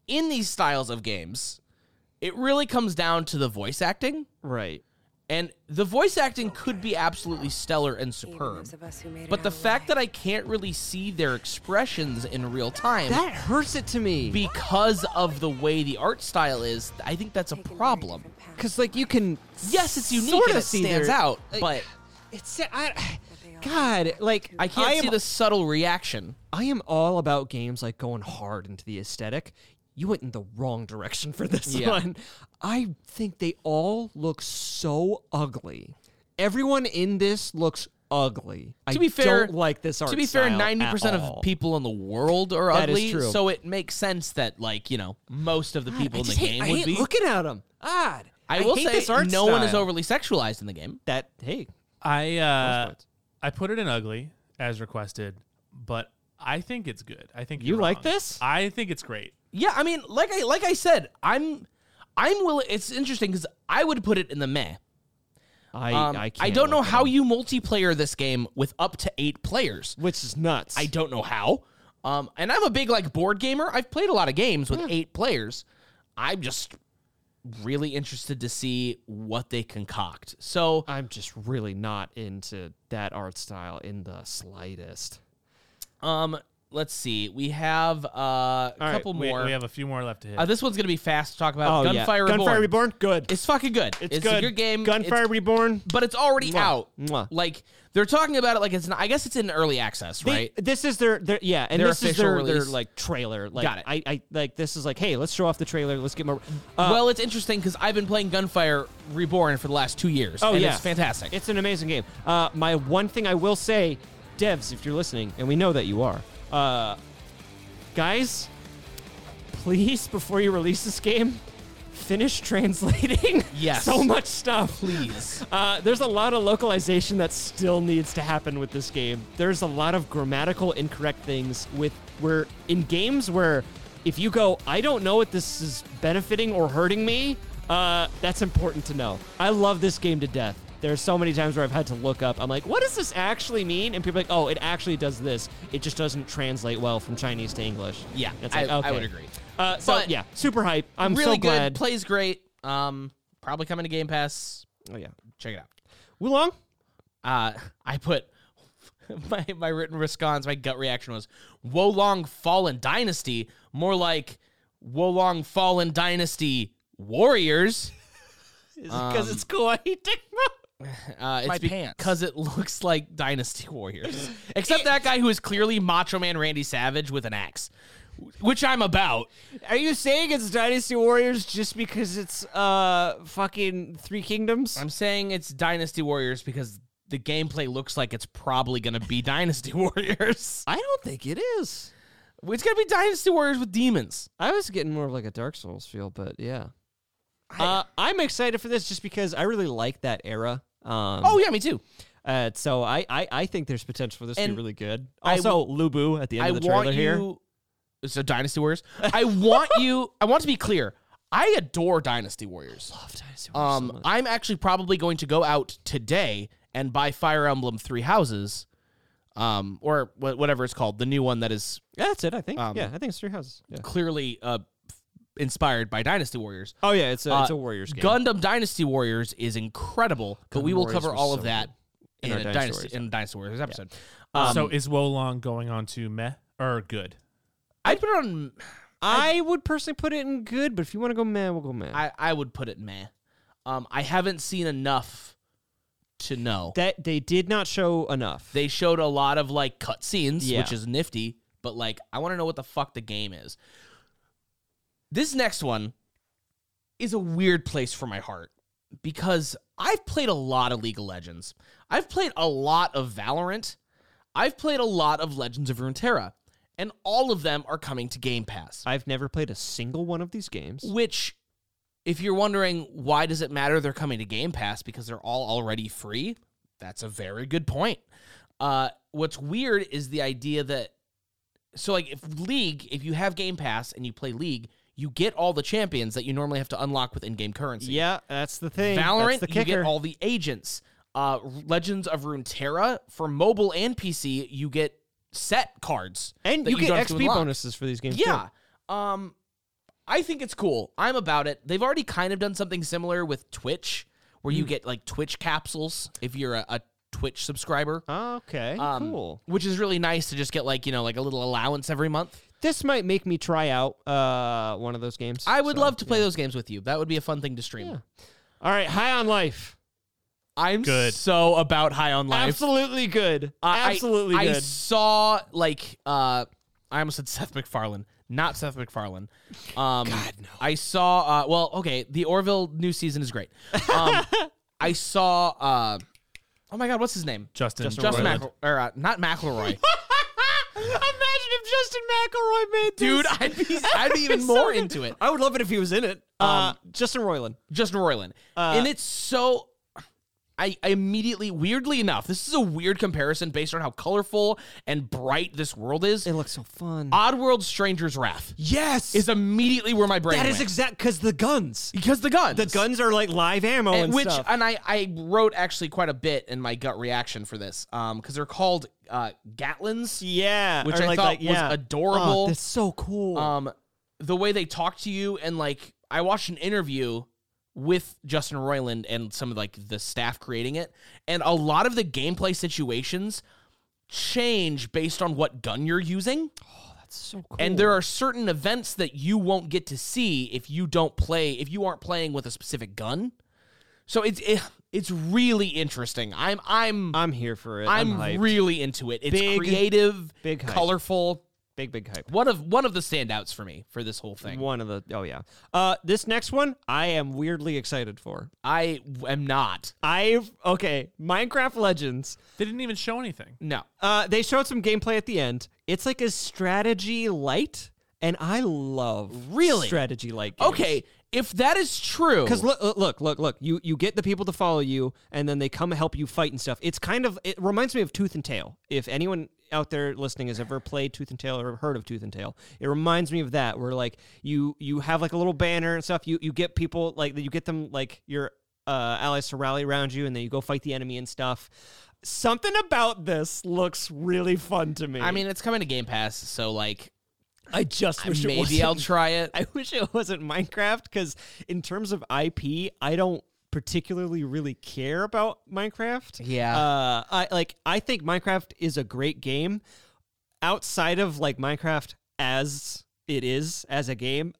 B: in these styles of games, it really comes down to the voice acting.
C: right.
B: And the voice acting could be absolutely stellar and superb. But the fact that I can't really see their expressions in real time
C: That hurts it to me
B: because of the way the art style is, I think that's a problem.
C: because like you can
B: Yes, it's unique
C: Sorta
B: and it
C: see
B: stands
C: their-
B: out,
C: like,
B: but
C: it's I, God like
B: I can't
C: am
B: see the subtle reaction.
C: I am all about games like going hard into the aesthetic. You went in the wrong direction for this
B: Yeah.
C: one. I think they all look so ugly. Everyone in this looks ugly. I
B: To be fair,
C: don't like this art.
B: To be fair,
C: style at
B: ninety percent
C: all.
B: of people in the world are
C: That is
B: ugly,
C: true.
B: so it makes sense that like you know most of the
C: God,
B: people
C: I
B: in the
C: just hate-
B: game
C: I
B: would
C: hate
B: be.
C: looking at them. Odd.
B: I will
C: hate
B: say
C: this art
B: no one is
C: style.
B: overly sexualized in the game.
C: that. Hey,
D: I uh,
C: points.
D: I put it in ugly as requested, but I think it's good. I think
C: You
D: you're
C: like
D: wrong.
C: this?
D: I think it's great.
B: Yeah, I mean, like I like I said, I'm I'm willing. It's interesting because I would put it in the meh.
C: I
B: Um,
C: I,
B: I,
C: can't
B: don't know
C: look it
B: how
C: up.
B: you multiplayer this game with up to eight players.
C: which is nuts.
B: I don't know how. Um, and I'm a big like board gamer. I've played a lot of games
C: Hmm.
B: with eight players. I'm just really interested to see what they concoct. So
C: I'm just really not into that art style in the slightest.
B: um, let's see. We have uh, a
C: right,
B: couple
D: We,
B: more.
D: we have a few more left to hit.
B: uh, this one's gonna be fast to talk about. Oh,
C: Oh,
B: Gunfire Reborn.
C: Gunfire Reborn, good.
B: It's fucking good.
C: It's, good.
B: a good game.
C: Gunfire
B: It's-
C: Reborn.
B: but it's already out.
C: Mwah.
B: Like they're talking about it like it's not. I guess it's in early access,
C: They-
B: right?
C: This is their, their yeah, and
B: Their
C: this is
B: official
C: their, their
B: release.
C: like trailer. Like
B: Got it.
C: I, I like this is like, hey, let's show off the trailer. Let's get more. Uh,
B: well, it's interesting because I've been playing Gunfire Reborn for the last two years.
C: Oh
B: and
C: yeah,
B: it's fantastic.
C: It's an amazing game. Uh, my one thing I will say, devs, if you're listening, and we know that you are, uh, guys, please before you release this game, finish translating.
B: Yes.
C: so much stuff.
B: please.
C: Uh, there's a lot of localization that still needs to happen with this game. There's a lot of grammatical incorrect things with where in games where if you go, I don't know what this is benefiting or hurting me, uh, that's important to know. I love this game to death. There's so many times where I've had to look up. I'm like, what does this actually mean? And people are like, oh, it actually does this. It just doesn't translate well from Chinese to English.
B: Yeah,
C: It's
B: I,
C: like,
B: I
C: okay.
B: would agree.
C: Uh, so
B: But-
C: yeah, super hype. I'm
B: really
C: so glad.
B: good. Plays great. Um, probably coming to Game Pass.
C: oh yeah,
B: Check it out.
C: Wulong.
B: Uh, I put my my written response. My gut reaction was Wolong Fallen Dynasty. More like Wolong Fallen Dynasty Warriors. Um,
C: Because it's kawaii Tecmo.
B: Uh, it's
I: My
B: be-
I: pants.
B: because it looks like Dynasty Warriors, except that guy who is clearly Macho Man Randy Savage with an axe, which I'm about.
C: Are you saying it's Dynasty Warriors just because it's uh fucking Three Kingdoms?
B: I'm saying it's Dynasty Warriors because the gameplay looks like it's probably going to be Dynasty Warriors.
C: I don't think it is.
B: It's going to be Dynasty Warriors with demons.
C: I was getting more of like a Dark Souls feel, but yeah. uh, I'm excited for this just because I really like that era. Um,
B: Oh yeah, me too.
C: uh, so I, I I think there's potential for this to be
B: And
C: really good.
B: I
C: Also, Lubu at the end
B: I
C: of the
B: want
C: trailer
B: you.
C: here.
B: So Dynasty Warriors. I want you. I want to be clear. I adore Dynasty Warriors.
C: Love Dynasty Warriors so
B: Um,
C: much.
B: I'm actually probably going to go out today and buy Fire Emblem Three Houses, um, or wha- whatever it's called, the new one that is
C: yeah, that's it. I think.
B: um,
C: yeah, I think it's Three Houses. Yeah.
B: clearly uh, inspired by Dynasty Warriors.
C: Oh yeah, it's a it's
B: Uh,
C: a Warriors game.
B: Gundam Dynasty Warriors is incredible, but
C: Gundam
B: we will
C: Warriors
B: cover
C: was
B: all
C: so
B: of that
C: good.
B: in,
C: In our
B: a
C: Dynasty
B: Dynasty,
C: Warriors
B: in a Dynasty Warriors episode. Um,
D: so is Wolong going on to meh or good?
B: I put it on.
C: I would personally put it in good, but if you want to go meh, we'll go meh.
B: I, I would put it meh. Um, I haven't seen enough to know.
C: that they did not show enough.
B: They showed a lot of like cutscenes,
C: Yeah.
B: which is nifty, but like I want to know what the fuck the game is. This next one is a weird place for my heart because I've played a lot of League of Legends. I've played a lot of Valorant. I've played a lot of Legends of Runeterra, and all of them are coming to Game Pass.
C: I've never played a single one of these games.
B: Which, if you're wondering why does it matter they're coming to Game Pass because they're all already free, that's a very good point. Uh, what's weird is the idea that so like if League, if you have Game Pass and you play League, you get all the champions that you normally have to unlock with in-game currency.
C: Yeah, that's the thing.
B: Valorant,
C: that's the
B: you
C: kicker.
B: get all the agents. Uh, Legends of Runeterra for mobile and PC, you get set cards
C: and
B: that
C: you get
B: don't have to
C: XP
B: unlock.
C: bonuses for these games.
B: Yeah. Um I think it's cool. I'm about it. They've already kind of done something similar with Twitch where
C: Hmm.
B: you get like Twitch capsules if you're a, a Twitch subscriber.
C: too. Okay,
B: Um,
C: cool.
B: Which is really nice to just get like, you know, like a little allowance every month.
C: This might make me try out uh, one of those games.
B: I would
C: so,
B: love to play
C: yeah.
B: those games with you. That would be a fun thing to stream.
C: Yeah. All right, High on Life.
B: I'm
D: Good.
B: so about high on life.
C: Absolutely good.
B: I-
C: Absolutely
B: I,
C: good.
B: I saw like uh I almost said Seth MacFarlane, not Seth MacFarlane. Um I saw uh well, okay, the Orville new season is great. Um I saw uh Oh my god, what's his name?
D: Justin,
B: Justin
D: Roiland.
B: McEl- or uh, not McElroy.
C: Imagine if Justin McElroy made this.
B: Dude, I'd be I'd be even
C: So
B: more
C: good.
B: into it.
C: I would love it if he was in it. uh, Justin Um, Roiland.
B: Justin Roiland.
C: Uh,
B: and it's so I, I immediately, weirdly enough, this is a weird comparison based on how colorful and bright this world is.
C: It looks so fun.
B: Oddworld Stranger's Wrath
C: yes,
B: is immediately where my brain
C: that is
B: went.
C: exact because the guns,
B: because the guns.
C: the guns are like live ammo and,
B: And which
C: stuff.
B: and I, I wrote actually quite a bit in my gut reaction for this because they're called uh, Gatlins.
C: yeah,
B: which
C: or
B: I
C: like,
B: thought
C: like,
B: was
C: yeah.
B: adorable.
C: Oh, that's so cool.
B: um the way they talk to you and like i watched an interview with justin roiland and some of like the staff creating it and a lot of the gameplay situations change based on what gun you're using
C: so cool.
B: and there are certain events that you won't get to see if you don't play if you aren't playing with a specific gun so it's it, it's really interesting i'm i'm
C: I'm here for it. I'm,
B: i'm,
C: hyped.
B: really into it it's
C: Big-
B: creative
C: big hype.
B: colorful
C: big, big hype.
B: one of one of the standouts for me for this whole thing
C: One of the oh yeah. Uh, this next one I am weirdly excited for.
B: I am not.
C: I've okay Minecraft Legends.
D: They didn't even show anything.
B: No.
C: Uh, they showed some gameplay at the end. It's like a strategy light, and I love
B: Really?
C: strategy light. Games.
B: Okay, if that is true,
C: Because look, look, look, look. You you get the people to follow you, and then they come help you fight and stuff. It's kind of it reminds me of Tooth and Tail. If anyone out there listening has ever played Tooth and Tail or heard of Tooth and Tail, it reminds me of that. Where like you you have like a little banner and stuff. You you get people like you get them like your uh, allies to rally around you, and then you go fight the enemy and stuff. Something about this looks really fun to me.
B: I mean it's coming to Game Pass, so like
C: I just wish it
B: maybe I'll
C: wasn't-
B: try it.
C: I wish it wasn't Minecraft because, in terms of IP, I don't particularly really care about Minecraft.
B: Yeah.
C: Uh, I like. I think Minecraft is a great game. Outside of like Minecraft as it is as a game,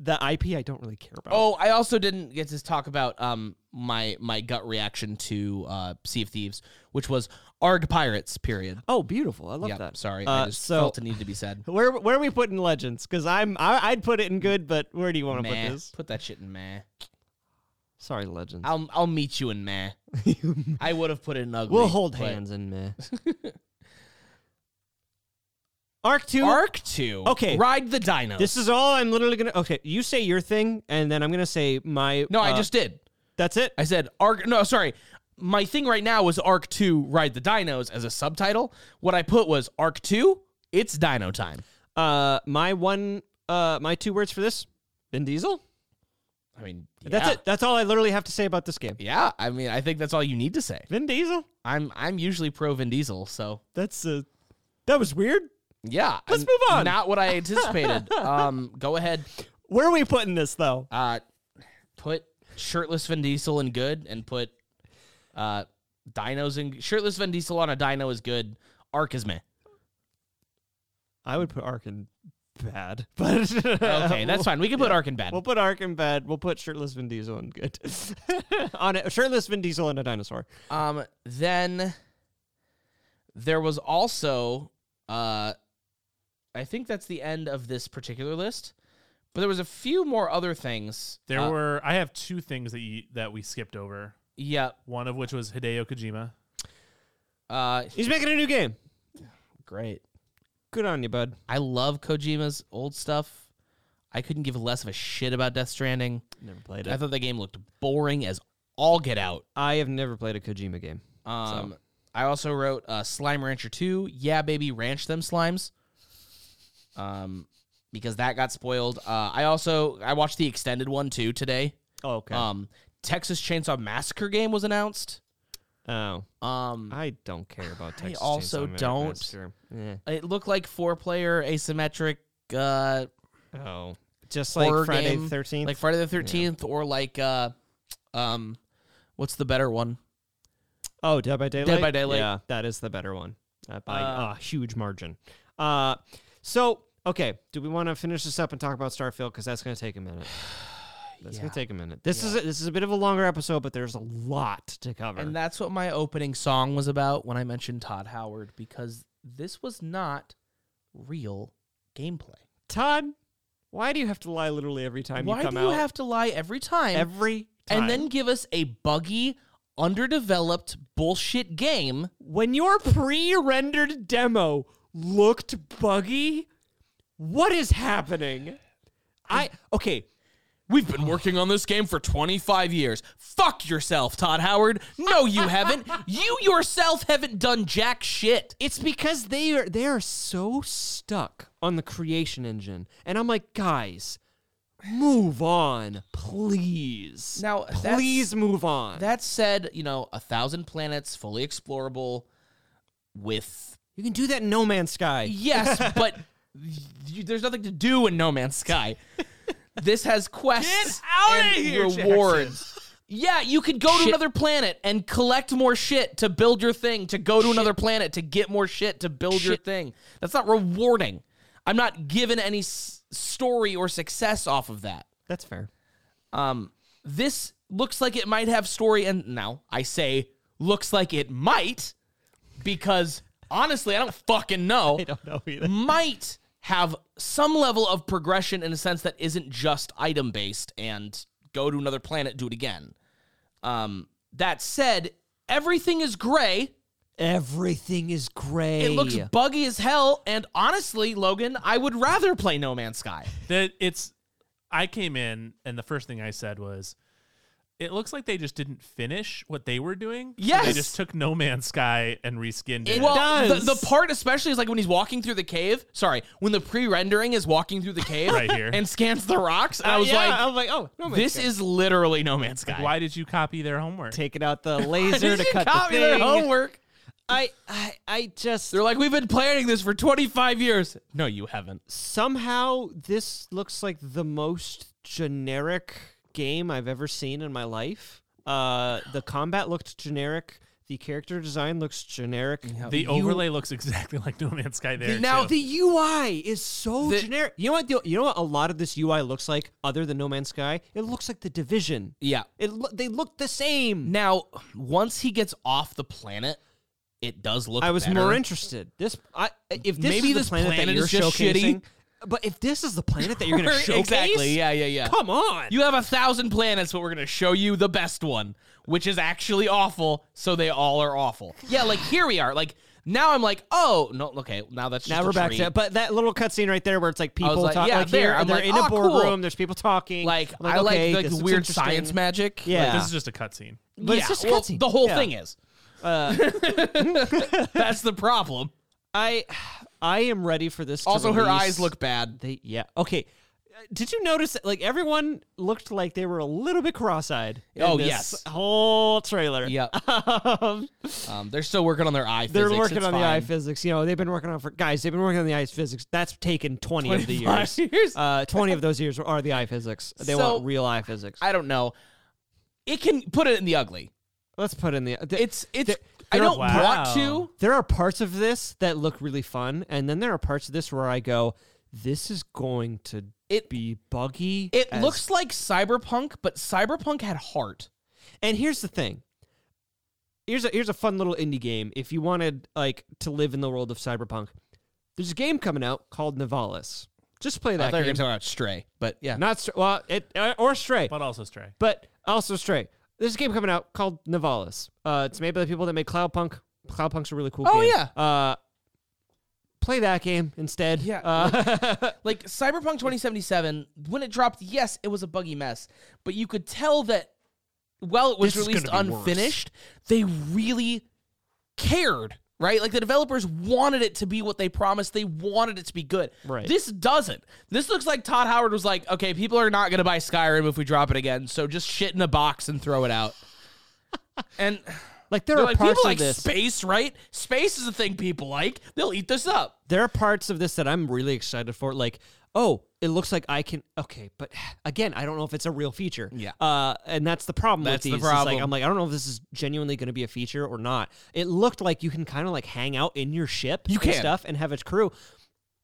C: the IP I don't really care about.
B: Oh, I also didn't get to talk about um my my gut reaction to uh Sea of Thieves, which was Arg Pirates, period.
C: Oh, beautiful! I love
B: Yep,
C: that.
B: Sorry,
C: Uh,
B: I just
C: so-
B: felt it needed to be said.
C: Where where are we putting Legends? Because I'm I, I'd put it in good, but where do you want to
B: Meh.
C: put this?
B: Put that shit in meh.
C: Sorry, Legends.
B: I'll I'll meet you in meh. I would have put it in ugly.
C: we'll hold
B: but-
C: hands in meh. Arc two.
B: Arc two.
C: Okay.
B: Ride the dinos.
C: This is all I'm literally gonna. Okay, you say your thing, and then I'm gonna say my.
B: No, I
C: uh,
B: just did.
C: That's it.
B: I said Arc. No, sorry. My thing right now was Arc Two: Ride the Dinos as a subtitle. What I put was Arc Two. It's Dino time.
C: Uh, my one. Uh, my two words for this. Vin Diesel.
B: I mean, yeah.
C: That's it. That's all I literally have to say about this game.
B: Yeah, I mean, I think that's all you need to say.
C: Vin Diesel.
B: I'm I'm usually pro Vin Diesel, so
C: That's uh, that was weird.
B: yeah.
C: Let's
B: I'm-
C: move on.
B: Not what I anticipated. um, go ahead.
C: Where are we putting this though?
B: Uh, put shirtless Vin Diesel in good, and put uh dinos in shirtless Vin Diesel on a dino is good. Arc is meh.
C: I would put Ark in bad, but
B: Okay, that's fine. We can put Arc in bad.
C: We'll put Ark in bad. We'll put shirtless Vin Diesel in good. on a shirtless Vin Diesel and a dinosaur.
B: Um, then there was also, uh, I think that's the end of this particular list, but there was a few more other things.
D: There
B: Uh,
D: were. I have two things that you, that we skipped over.
B: yeah.
D: One of which was Hideo Kojima.
B: Uh,
C: He's making a new game.
B: great.
C: Good on you, bud.
B: I love Kojima's old stuff. I couldn't give less of a shit about Death Stranding.
C: Never played
B: I thought the game looked boring as all get out.
C: I have never played a Kojima game.
B: Um, I also wrote uh, Slime Rancher 2. Yeah, baby, ranch them slimes. Um, because that got spoiled. Uh, I also I watched the extended one too today.
C: Oh, okay.
B: Um, Texas Chainsaw Massacre game was announced.
C: oh,
B: Um,
C: I don't care about Texas.
B: also
C: Chainsaw
B: don't.
C: Massacre. Eh.
B: it looked like four player asymmetric, uh,
C: Oh, just
B: Horror
C: like Friday
B: game,
C: Thirteenth.
B: like Friday the Thirteenth, or like uh, um, what's the better one?
C: oh, Dead by Daylight.
B: by Daylight.
C: Yeah, that is the better one uh, by a huge margin. Uh, so okay, do we want to finish this up and talk about Starfield because that's going to take a minute. That's gonna take a minute. This is a, this is a bit of a longer episode, but there's a lot to cover.
B: And that's what my opening song was about when I mentioned Todd Howard because this was not real gameplay.
C: Todd, why do you have to lie literally every time
B: Why
C: you come
B: do you
C: out?
B: have to lie every time?
C: every time.
B: and then give us a buggy, underdeveloped bullshit game.
C: when your pre-rendered demo looked buggy what is happening i okay
B: We've been working on this game for 25 years. Fuck yourself, Todd Howard. No, you haven't. You yourself haven't done jack shit.
C: It's because they are they are so stuck on the creation engine, and I'm like, guys, move on, please.
B: Now, that's-
C: please move on.
B: That said, you know, a thousand planets, fully explorable, with
C: you can do that in No Man's Sky.
B: yes, but you, there's nothing to do in No Man's Sky. this has quests
D: outta
B: and
D: here,
B: rewards. Yeah, you could go to another planet and collect more shit to build your thing, to go to another planet to get more shit to build your thing. That's not rewarding. I'm not given any s- story or success off of that.
C: That's fair.
B: Um, this looks like it might have story, and now I say looks like it might because honestly, I don't fucking know. I don't know either. Might have some level of progression in a sense that isn't just item based and go to another planet, do it again. Um, that said, everything is gray.
C: Everything is gray.
B: It looks buggy as hell, and honestly, Logan, I would rather play No Man's Sky.
D: that it's I came in and the first thing I said was it looks like they just didn't finish what they were doing. so
B: Yes.
D: they just took No Man's Sky and reskinned it.
B: well, The, the part especially is like when he's walking through the cave. Sorry, when the pre-rendering is walking through the cave
D: Right here.
B: and scans the rocks, and I was
C: I
B: like,
C: was like, oh, No Man's
B: "This
C: Sky.
B: is literally No Man's Sky."
D: Like, why did you copy their homework?
C: taking out the
B: Did
C: laser to
B: you
C: cut
B: copy
C: the
B: their
C: thing.
B: homework?
C: I, I, I just
B: They're like, "We've been planning this for 25 years." No, you haven't.
C: somehow this looks like the most generic game I've ever seen in my life. Uh, the combat looked generic. The character design looks generic.
D: the overlay looks exactly like No Man's Sky there.
C: now
D: too.
C: the UI is so
B: The-
C: generic. You know what? The, you know what? A lot of this UI looks like other than No Man's Sky. It looks like the Division.
B: Yeah.
C: It lo- they look the same.
B: Now, once he gets off the planet, it does look.
C: I was
B: better.
C: more interested. This I if this
B: Maybe
C: is the
B: this
C: planet,
B: planet
C: that you're
B: is just
C: showcasing,
B: shitty.
C: but if this is the planet that you're going to showcase,
B: exactly. Yeah, yeah, yeah.
C: Come on.
B: You have a thousand planets, but we're gonna show you the best one, which is actually awful. So they all are awful. Yeah, like here we are. Like now I'm like, oh no, okay. Now that's just
C: Now
B: a
C: we're back
B: tree.
C: to but that little cutscene right there where it's like people
B: like,
C: talking.
B: yeah,
C: like
B: there.
C: here,
B: I'm
C: they're
B: like,
C: in a
B: oh, cool.
C: boardroom. There's people talking.
B: like,
C: I'm
B: I
C: okay,
B: like
C: this
B: the
C: looks
B: weird
C: interesting.
B: science magic.
C: Yeah,
D: this is just a cutscene.
C: but
B: Yeah,
C: it's just
B: well,
C: cutscene.
B: the whole
C: Yeah. Uh,
B: thing is. that's the problem.
C: I, I am ready for this. to
B: Also, her
C: release.
B: eyes look bad.
C: They yeah okay. Uh, Did you notice that like everyone looked like they were a little bit cross-eyed? in
B: Oh,
C: this
B: yes.
C: whole trailer.
B: Yep.
C: um,
B: Um, they're still working on their eye.
C: they're
B: physics.
C: working
B: It's
C: on
B: fine.
C: the eye physics. You know they've been working on for guys. They've been working on the eye physics. That's taken twenty of the
B: 25
C: years.
B: years.
C: Uh, twenty of those years are the eye physics. They
B: So-
C: want real eye physics.
B: I don't know. It can put it in the ugly.
C: Let's put in the. the
B: It's it's. I
C: they're-
B: don't
D: Wow.
B: want to.
C: there are parts of this that look really fun, and then there are parts of this where I go, "This is going to
B: It-
C: be buggy."
B: It
C: as
B: looks like cyberpunk, but cyberpunk had heart.
C: And here's the thing. Here's a here's a fun little indie game. If you wanted like to live in the world of cyberpunk, there's a game coming out called Nivalis. Just play
B: I
C: that
B: thought you were
C: game.
B: gonna talk about Stray, but yeah,
C: Not Stray- well, it uh, or Stray,
D: But also Stray.
C: but also Stray. There's a game coming out called Nivalis. Uh, it's made by the people that made Cloudpunk. Cloudpunk's a really cool
B: Oh,
C: game.
B: yeah.
C: Uh, play that game instead.
B: Yeah,
C: Uh,
B: like Cyberpunk 2077, when it dropped, yes, it was a buggy mess, but you could tell that while it was
D: This is
B: released
D: gonna be worse.
B: unfinished, they really cared, right? Like the developers wanted it to be what they promised. They wanted it to be good.
C: Right.
B: This doesn't. This looks like Todd Howard was like, okay, people are not gonna buy Skyrim if we drop it again, so just shit in a box and throw it out. and
C: like there
B: they're
C: are
B: like
C: parts
B: people
C: of
B: like
C: this.
B: space, right? Space is a thing people like. They'll eat this up.
C: there are parts of this that I'm really excited for. Like, oh, it looks like I can. Okay, but again, I don't know if it's a real feature.
B: Yeah.
C: Uh, and that's the problem
B: That's
C: with
B: the
C: these. is,
B: problem.
C: Like, I'm like, I don't know if this is genuinely going to be a feature or not. It looked like you can kind of like hang out in your ship.
B: You
C: and
B: can.
C: stuff and have a crew.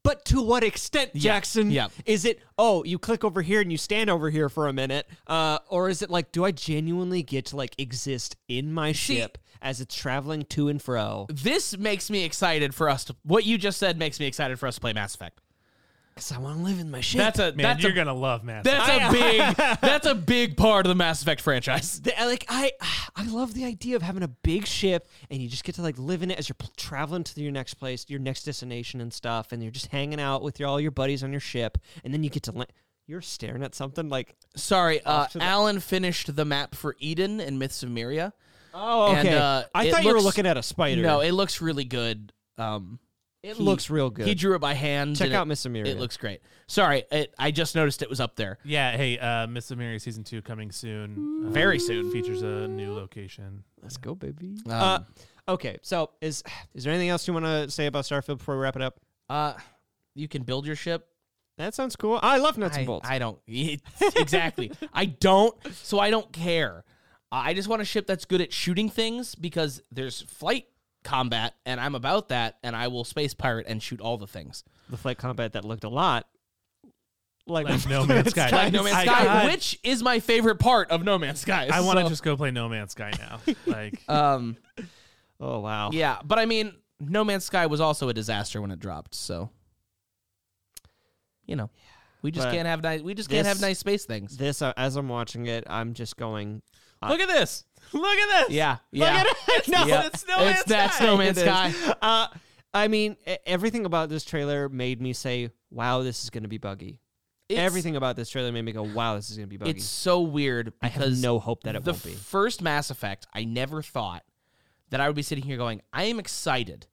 C: But to what extent, Jackson?
B: yeah.
C: Is it oh, you click over here and you stand over here for a minute, uh, or is it like, do I genuinely get to like exist in my ship as it's traveling to and fro?
B: this makes me excited for us to what you just said makes me excited for us to play Mass Effect.
C: Because I want to live in my ship.
B: That's a
D: Man,
B: that's
D: you're
B: a,
D: gonna love Mass.
B: that's
D: Effect.
B: a big that's a big part of the Mass Effect franchise.
C: The- I like I, I love the idea of having a big ship and you just get to like live in it as you're pl- traveling to your next place, your next destination and stuff, and you're just hanging out with your, all your buddies on your ship, and then you get to land. You're staring at something like.
B: Sorry, uh,
C: Off to the-
B: Alan finished the map for Eden and Myths of Miria.
C: Oh,
B: And,
C: okay.
B: uh,
C: I
B: it
C: thought you were
B: looks-
C: looking at a spider.
B: No, it looks really good. Um,
C: it
B: he-
C: looks real good.
B: He drew it by hand.
C: Check
B: and
C: out
B: it-
C: Miss Amiria.
B: It looks great. Sorry, it, I just noticed it was up there.
D: Yeah, hey, uh, Miss Amiri season two coming soon. Uh,
B: Very soon.
D: Features a new location.
C: Let's go, baby.
B: Um,
C: uh, okay, so is is there anything else you want to say about Starfield before we wrap it up?
B: uh, you can build your ship.
C: That sounds cool. I love nuts
B: I,
C: and bolts.
B: I don't exactly. I don't. So I don't care. I I just want a ship that's good at shooting things because there's flight combat, and I'm about that. And I will space pirate and shoot all the things.
C: the flight combat that looked a lot like,
D: Like No Man's Sky.
B: Like No Man's
D: I-
B: Sky,
D: God.
B: which is my favorite part of No Man's Sky.
D: I want to
B: So,
D: just go play No Man's Sky now. Like,
B: Um,
C: Oh wow.
B: yeah, but I mean, No Man's Sky was also a disaster when it dropped. So, you know, we just
C: But
B: can't have nice. We just can't have
C: this-
B: nice space things.
C: This uh, as I'm watching it, I'm just going. uh,
D: look at this. Look at this.
B: yeah, yeah.
D: No,
B: Yeah.
D: it's No Man's
B: that's
D: Sky.
B: No Man's
C: It is.
B: Sky.
C: Uh, I mean, e- everything about this trailer made me say, "Wow, this is going to be buggy."
B: It's-
C: everything about this trailer made me go, "Wow, this is going to be buggy."
B: It's so weird
C: I have
B: because
C: no hope that it
B: the
C: won't be.
B: first Mass Effect, I never thought that I would be sitting here going, I am excited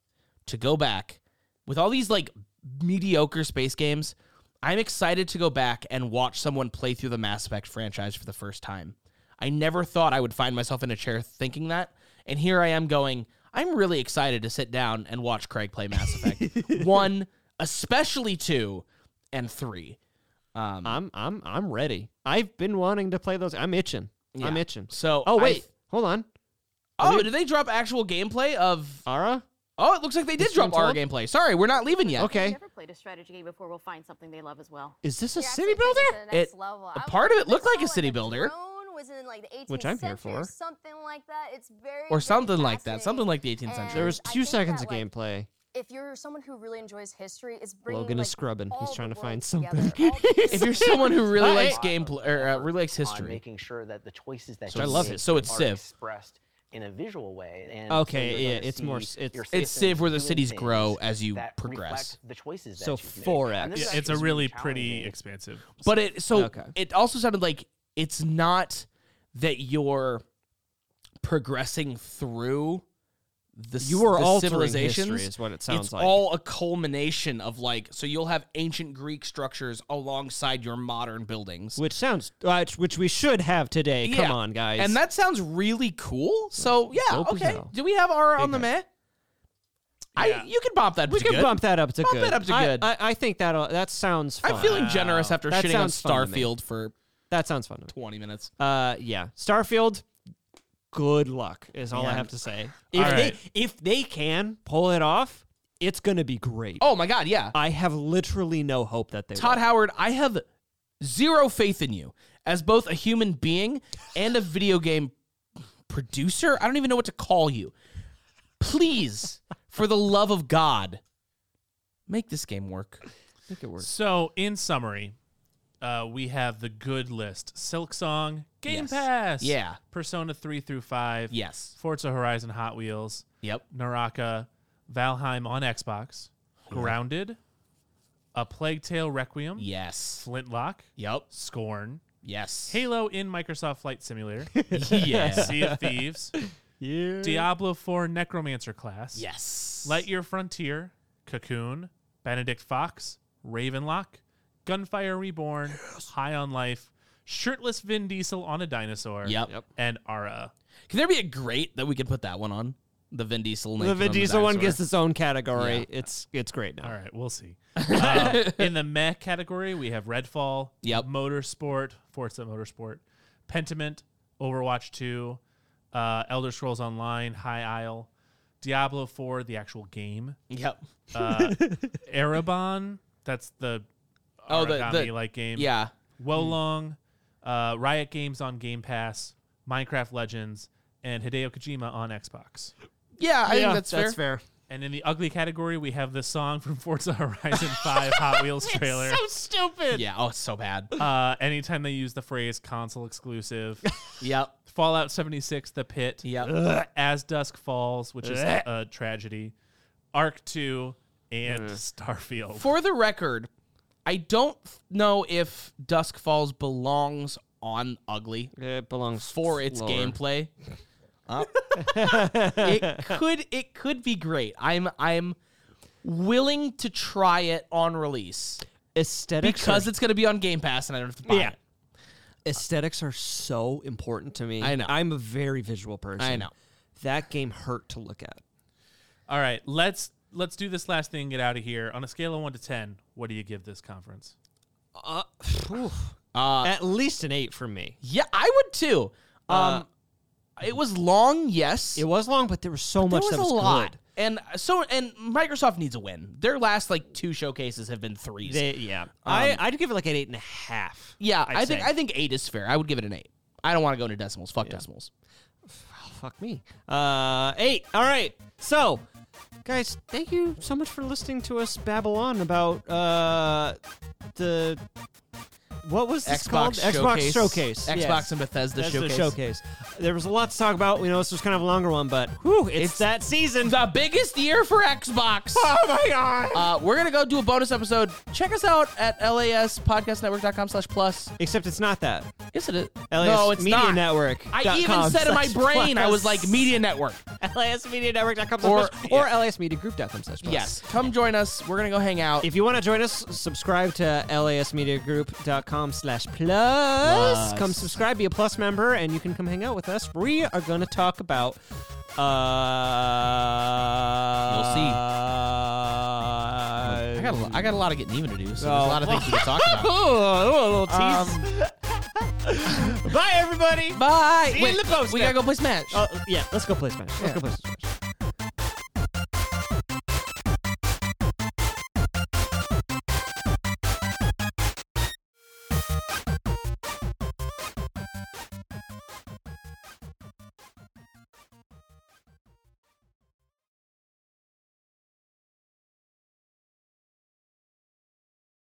B: to go back with all these like mediocre space games. I'm excited to go back and watch someone play through the Mass Effect franchise for the first time. I never thought I would find myself in a chair thinking that. And here I am going, I'm really excited to sit down and watch Craig play Mass Effect 1, especially 2 and 3. Um,
C: I'm, I'm, I'm ready. I've been wanting to play those. I'm itching. I'm
B: Yeah.
C: itching.
B: so
C: Oh
B: I-
C: wait, hold on,
B: Oh, did they drop actual gameplay of?
C: Ara.
B: Oh, it looks like they did
C: This
B: drop
C: one's
B: our
C: up?
B: gameplay. Sorry, we're not leaving yet.
C: Okay,
I: Never played a strategy game before. We'll find something they love as well.
C: is this a city builder?
B: It, a part of it looked like a city builder,
C: Which I'm here for.
I: Something like that. It's very
B: or something like that. Something like the 18th
C: There
B: century.
C: was
I: I
C: two
I: think
C: seconds
I: that,
C: of
I: like,
C: gameplay.
I: if you're someone who really enjoys history, it's bringing
C: Logan
I: like,
C: is scrubbing.
I: all
C: He's
I: the
C: trying to find
I: worlds
C: something.
I: together, all the
B: If you're someone who really
C: Hey.
B: likes gameplay or uh, really likes
J: on
B: history,
J: making sure that the choices that
B: So
J: you
B: I love
J: make
B: it. So it's
J: are
B: Civ.
J: expressed in a visual way. And
C: Okay,
J: so you're
C: yeah,
J: gonna
C: it's more
J: see
C: s- it's-
J: your
B: It's
J: citizens
B: Civ where the
J: doing
B: cities
J: things
B: grow as you
J: that
B: progress.
J: reflect The choices that
C: So
J: you've made.
C: 4X.
J: And this
D: Yeah,
J: is
D: it's a
J: actually
D: really
J: challenging.
D: pretty expansive.
B: but it so
C: Okay.
B: it also sounded like it's not that you're progressing through the c-
C: You are
B: the
C: altering
B: civilizations.
C: history, is what it sounds
B: it's
C: like.
B: all a culmination of like so you'll have ancient greek structures alongside your modern buildings
C: which sounds uh, which, which we should have today. Come
B: Yeah.
C: on, guys.
B: and that sounds really cool so yeah
C: dope as
B: okay
C: hell.
B: do we have our on the
C: Big
B: meh i you can bump that
C: we
B: to
C: can
B: good.
C: bump that up to
B: Bump
C: good.
B: that up to
C: I,
B: good.
C: I, I think that that sounds. Fun.
B: i'm feeling generous after
C: That
B: shitting on
C: sounds fun to me.
B: starfield for
C: that sounds fun. To me.
B: 20 minutes
C: Uh, yeah, Starfield. Good luck is all I have to say. If
D: All
C: they
D: right.
C: if they can pull it off, it's gonna be great.
B: oh my god yeah
C: I have literally no hope that they.
B: Todd
C: will.
B: Howard, I have zero faith in you as both a human being and a video game producer. I don't even know what to call you. Please, for the love of God, make this game work.
C: Make it work.
D: So, in summary, uh, we have the good list: Silk Song, Game
B: Yes.
D: Pass,
B: Yeah.
D: Persona three through five,
B: Yes.
D: Forza Horizon, Hot Wheels,
B: Yep.
D: Naraka, Valheim on Xbox, Grounded, A Plague Tale Requiem,
B: Yes.
D: Flintlock,
B: Yep.
D: Scorn,
B: Yes.
D: Halo in Microsoft Flight Simulator,
B: Yeah.
D: Sea of Thieves,
C: Yeah.
D: Diablo four Necromancer class,
B: yes.
D: Lightyear Frontier, Cocoon, Benedict Fox, Ravenlock, Gunfire Reborn, High on Life, Shirtless Vin Diesel on a Dinosaur,
B: Yep.
C: Yep.
D: and Ara.
B: Can there be a great that we could put that one on? The Vin Diesel.
C: The
B: naked
C: Vin
B: on the
C: Diesel one
B: dinosaur.
C: gets its own category.
B: Yeah.
C: It's it's great now.
D: All right, we'll see. Um, in the meh category, we have Redfall,
B: Yep.
D: Motorsport, Forza Motorsport, Pentiment, Overwatch 2, uh, Elder Scrolls Online, High Isle, Diablo 4, the actual game,
B: Yep.
D: uh, Erebon, that's the
B: Oh, the- the-
D: like game,
B: Yeah.
C: Hmm.
D: Wolong, uh, Riot Games on Game Pass, Minecraft Legends, and Hideo Kojima on Xbox.
B: Yeah. I
C: yeah,
B: think that's,
C: that's
B: fair.
C: fair.
D: And in the ugly category, we have the song from Forza Horizon 5 Hot Wheels trailer.
C: stupid.
B: Yeah. Oh, it's so bad.
D: uh, anytime they use the phrase console exclusive,
B: Yep.
D: Fallout 76, The Pit,
B: Yep.
D: As Dusk Falls, which is
C: Ugh.
D: a tragedy, Arc 2, and Starfield.
B: For the record, I don't f- know if Dusk Falls belongs on Ugly
C: It belongs
B: for its
C: lower.
B: gameplay. it could it could be great. I'm I'm willing to try it on release
C: Aesthetics
B: because
C: are,
B: it's going to be on Game Pass and I don't have to buy
C: Yeah.
B: it.
C: aesthetics are so important to me.
B: I know.
C: I'm a very visual person.
B: I know.
C: That game hurt to look at.
D: All right, let's let's do this last thing and get out of here. On a scale of one to ten, what do you give this conference?
C: Uh, phew. at least an eight from me.
B: Yeah, I would too. Um, it was long, yes.
C: Uh, It was long, but there was so
B: there
C: much
B: was
C: that
B: a
C: was
B: lot.
C: good.
B: And so and Microsoft needs a win. Their last like two showcases have been threes.
C: They- yeah, I, I'd give it like an eight and a half.
B: yeah,
C: I'd
B: I think
C: say.
B: I think eight is fair. I would give it an eight. I don't want to go into decimals. Fuck decimals.
C: Fuck me. Uh, eight. All right. So, guys, thank you so much for listening to us babble on about uh the what was this
B: Xbox
C: called? Xbox
B: Showcase.
C: Showcase.
B: Xbox
C: yes.
B: and Bethesda,
C: That's the
B: showcase.
C: showcase. There was a lot to talk about. We know this was kind of a longer one, but whew, it's,
B: It's-
C: that season.
B: The biggest year for Xbox.
C: oh my god!
B: Uh, we're gonna go do a bonus episode. Check us out at laspodcastnetwork.com slash plus.
C: Except it's not that.
B: Is it? a-
C: LAS
B: no, it's
C: Media
B: not.
C: Network.
B: I even said in my brain, I was like media network.
C: LASmedianetwork.com
B: Or-
C: slash plus or LASmediagroup.com slash plus.
B: Yes, come join us. We're gonna go hang out.
C: If you want to join us, subscribe to lasmediagroup.com slash
B: Plus.
C: plus. Come subscribe, be a plus member, and you can come hang out with us. We are going to talk about. Uh,
B: I got a, lo- I got a lot of getting even to do, so there's a
C: Oh.
B: lot of things we can talk about.
C: Oh, a little tease.
B: Um,
C: Bye, everybody.
B: bye.
C: See you
B: Wait,
C: in the post
B: we gotta go play Smash.
D: Uh,
C: Oh, yeah, let's go play Smash. Let's go play Smash.